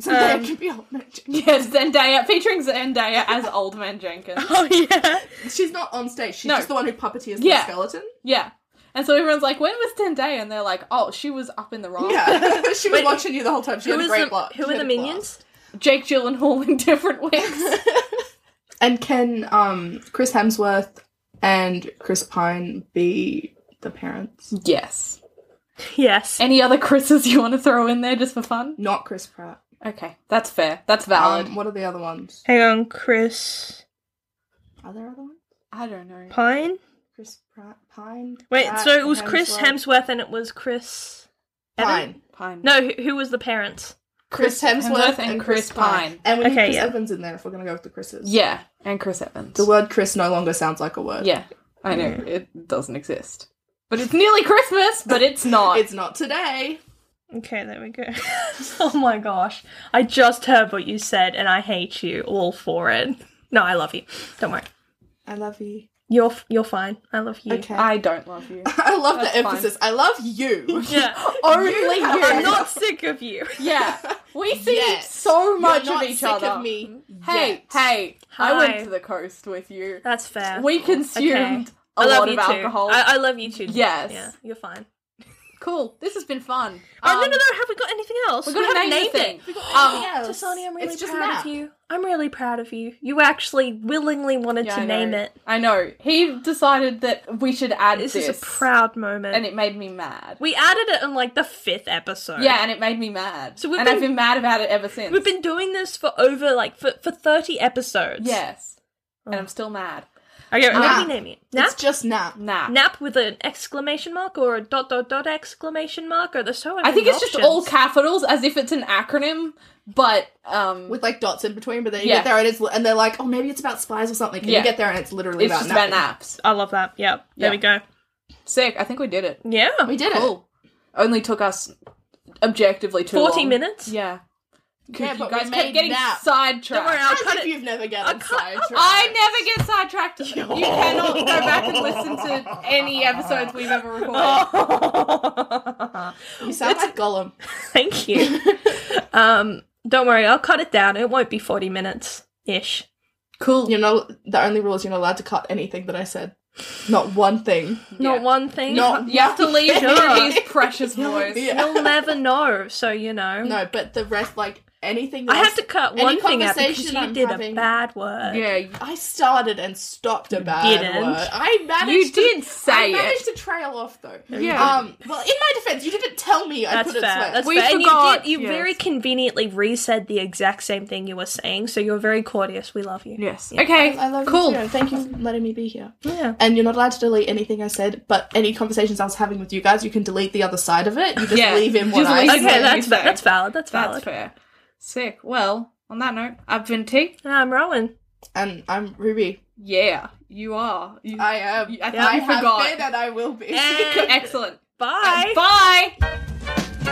Speaker 5: Zendaya can be old man Jenkins.
Speaker 3: Yes, Zendaya featuring Zendaya as Old Man Jenkins.
Speaker 4: Oh yeah.
Speaker 5: She's not on stage. She's
Speaker 3: No.
Speaker 5: just the one who puppeteers
Speaker 3: Yeah.
Speaker 5: the skeleton.
Speaker 3: Yeah. And so everyone's like, when was Zendaya? And they're like, oh, she was up in the wrong.
Speaker 5: Yeah, *laughs* she was watching you the whole time. She
Speaker 4: Who
Speaker 5: had a
Speaker 4: is
Speaker 5: great
Speaker 4: the,
Speaker 5: laugh. She
Speaker 4: who are the
Speaker 5: had a
Speaker 4: minions?
Speaker 3: Jake Gyllenhaal in different wigs.
Speaker 5: blast. And can um, Chris Hemsworth and Chris Pine be the parents?
Speaker 3: yes.
Speaker 4: Yes.
Speaker 3: Any other *laughs* Chris's you want to throw in there just for fun?
Speaker 5: Not Chris Pratt.
Speaker 3: Okay, that's fair. That's valid.
Speaker 5: Um, what are the other ones?
Speaker 4: Hang on, Chris
Speaker 5: Are there other ones?
Speaker 3: I don't know.
Speaker 4: Pine.
Speaker 5: Chris Pratt, Pine.
Speaker 4: Wait,
Speaker 5: Pratt,
Speaker 4: so it was Chris Hemsworth and it was Chris. Evan?
Speaker 5: Pine.
Speaker 3: Pine.
Speaker 4: No, who, who was the parents?
Speaker 5: Chris Hemsworth and Chris Pine. And we need
Speaker 4: Okay,
Speaker 5: Chris
Speaker 4: yeah.
Speaker 5: Evans in there if we're going to go with the Chris's.
Speaker 3: Yeah, and Chris Evans.
Speaker 5: The word Chris no longer sounds like a word.
Speaker 3: yeah, I know it doesn't exist, but it's nearly Christmas, but it's not.
Speaker 5: It's not today.
Speaker 4: Okay, there
Speaker 3: *laughs*
Speaker 4: we go. oh my gosh. I just heard what you said and I hate you all for it. No, I love you. Don't worry.
Speaker 5: I love you.
Speaker 4: You're f- you're fine. I love you.
Speaker 5: Okay. *laughs* I,
Speaker 3: I don't love you.
Speaker 5: love
Speaker 3: That's
Speaker 5: the
Speaker 3: fine.
Speaker 5: emphasis. I love you.
Speaker 3: *laughs*
Speaker 4: *laughs* Yeah.
Speaker 3: Only you.
Speaker 4: I'm not sick of you.
Speaker 3: Yeah, we see
Speaker 5: Yes.
Speaker 3: so
Speaker 5: You're
Speaker 3: much
Speaker 5: not
Speaker 3: of each
Speaker 5: sick
Speaker 3: other.
Speaker 5: Of me
Speaker 3: Hey,
Speaker 5: yet. Uh,
Speaker 3: hey! I went
Speaker 4: Hi.
Speaker 3: to the coast with you.
Speaker 4: That's fair.
Speaker 3: We
Speaker 4: Okay.
Speaker 3: consumed a
Speaker 4: I love
Speaker 3: lot
Speaker 4: you
Speaker 3: of
Speaker 4: too.
Speaker 3: alcohol.
Speaker 4: I, I love you too.
Speaker 3: Yes. Um,
Speaker 4: Yeah, you're fine.
Speaker 3: Cool. This has been fun.
Speaker 4: oh, no,
Speaker 3: Um,
Speaker 4: no, no. Have we got anything else?
Speaker 3: We're gonna name
Speaker 4: haven't named
Speaker 3: the
Speaker 4: it.
Speaker 3: thing.
Speaker 5: Um,
Speaker 4: Tasani, I'm really
Speaker 5: It's just
Speaker 4: proud
Speaker 5: Matt.
Speaker 4: of you. I'm really proud of you. You actually willingly wanted
Speaker 3: Yeah,
Speaker 4: to
Speaker 3: I know.
Speaker 4: name it.
Speaker 3: I know. He decided that we should add
Speaker 4: This,
Speaker 3: this.
Speaker 4: is a proud moment.
Speaker 3: and it made me mad.
Speaker 4: we added it in like the fifth episode.
Speaker 3: yeah, and it made me mad.
Speaker 4: So we've
Speaker 3: and
Speaker 4: been-
Speaker 3: I've been mad about it ever since.
Speaker 4: We've been doing this for over like for, for 30 episodes.
Speaker 3: yes, and
Speaker 4: Oh.
Speaker 3: I'm still mad.
Speaker 4: Okay, what
Speaker 5: Ah.
Speaker 4: do we name it? Nap?
Speaker 5: It's just nap.
Speaker 3: Nah.
Speaker 4: Nap with an exclamation mark or a dot dot dot exclamation mark or there's so many
Speaker 3: I think it's just
Speaker 4: options.
Speaker 3: all capitals as if it's an acronym, but um,
Speaker 5: With like dots in between, but then you
Speaker 3: Yeah.
Speaker 5: get there and it's li- and they're like, oh, maybe it's about spies or something. And
Speaker 3: Yeah.
Speaker 5: you get there and it's literally
Speaker 3: it's
Speaker 5: about
Speaker 3: just
Speaker 5: napping.
Speaker 3: about naps.
Speaker 4: I love that. Yeah. There
Speaker 3: Yeah.
Speaker 4: we go.
Speaker 3: Sick. I think we did it.
Speaker 4: Yeah.
Speaker 5: We did it.
Speaker 3: Cool. Only took us objectively too
Speaker 4: 40
Speaker 3: long.
Speaker 4: minutes?
Speaker 3: Yeah.
Speaker 5: Yeah,
Speaker 3: you
Speaker 5: but we
Speaker 3: guys kept
Speaker 5: made
Speaker 3: getting
Speaker 5: nap.
Speaker 3: sidetracked.
Speaker 4: Don't worry, I'll
Speaker 5: As
Speaker 4: cut
Speaker 5: if
Speaker 4: it.
Speaker 5: *laughs* you've never gotten
Speaker 4: cut- *laughs*
Speaker 5: sidetracked.
Speaker 3: I never get
Speaker 5: *laughs*
Speaker 3: sidetracked. You cannot go back and listen to any episodes we've ever
Speaker 5: Oh.
Speaker 3: recorded.
Speaker 5: You sound like Gollum. *laughs*
Speaker 4: Thank you. um, don't worry, I'll cut it down. It won't be 40 minutes ish.
Speaker 3: Cool.
Speaker 5: You know, the only rule is you're not allowed to cut anything that I said. Not one thing.
Speaker 3: Yeah.
Speaker 4: Not one thing.
Speaker 5: Not
Speaker 3: You have to
Speaker 5: *laughs*
Speaker 3: leave
Speaker 4: Sure.
Speaker 3: these precious boys.
Speaker 5: Yeah.
Speaker 4: *laughs* You'll never know, so you know.
Speaker 5: No, but the rest, like anything.
Speaker 4: I
Speaker 5: else-
Speaker 4: had to cut
Speaker 5: any
Speaker 4: one thing out because
Speaker 5: conversation
Speaker 4: you
Speaker 5: I'm
Speaker 4: did
Speaker 5: having-
Speaker 4: a bad word.
Speaker 3: Yeah,
Speaker 5: I started and stopped a bad
Speaker 4: didn't.
Speaker 5: word. I managed.
Speaker 3: You did
Speaker 5: to,
Speaker 3: say
Speaker 5: I managed
Speaker 3: it.
Speaker 5: to trail off though.
Speaker 3: Yeah.
Speaker 5: Um. Well, in my defense, you didn't tell me. I
Speaker 4: That's
Speaker 5: put it
Speaker 4: fair.
Speaker 5: sweat.
Speaker 4: That's
Speaker 3: We
Speaker 4: fair.
Speaker 3: forgot,
Speaker 4: and you did. You
Speaker 3: yes.
Speaker 4: very conveniently re-said the exact same thing you were saying, so you're very courteous. We love you.
Speaker 3: Yes. Okay.
Speaker 5: I love
Speaker 3: cool.
Speaker 5: you too, and thank you for letting me be here.
Speaker 4: Yeah.
Speaker 5: And you're not allowed to delete anything I said, but any conversations I was having with you guys, you can delete the other side of it. You just
Speaker 3: Yeah.
Speaker 5: leave in what
Speaker 3: Just
Speaker 5: I
Speaker 3: leave
Speaker 5: said.
Speaker 3: it.
Speaker 4: Okay, that's
Speaker 3: you
Speaker 4: va-
Speaker 3: say.
Speaker 4: that's valid. That's
Speaker 3: That's
Speaker 4: valid.
Speaker 3: fair. Sick. Well, on that note, I've been T.
Speaker 4: And I'm Rowan.
Speaker 5: And I'm Ruby.
Speaker 3: Yeah, you are. You-
Speaker 5: I am.
Speaker 3: You- I think
Speaker 5: I
Speaker 3: you
Speaker 5: have
Speaker 3: forgot.
Speaker 5: been and I will be.
Speaker 3: *laughs* Excellent.
Speaker 4: *laughs* Bye.
Speaker 3: Bye.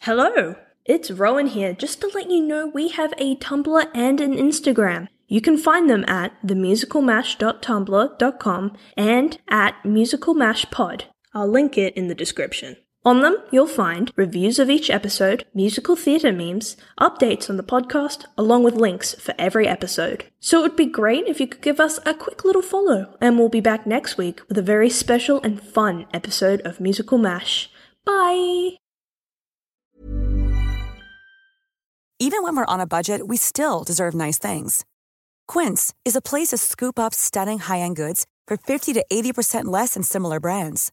Speaker 4: Hello, it's Rowan here, just to let you know we have a Tumblr and an Instagram. You can find them at themusicalmash.tumblr.com and at musicalmashpod. I'll link it in the description. On them, you'll find reviews of each episode, musical theatre memes, updates on the podcast, along with links for every episode. So it would be great if you could give us a quick little follow, and we'll be back next week with a very special and fun episode of Musical Mash. Bye!
Speaker 6: Even when we're on a budget, we still deserve nice things. Quince is a place to scoop up stunning high-end goods for 50 to 80% less than similar brands.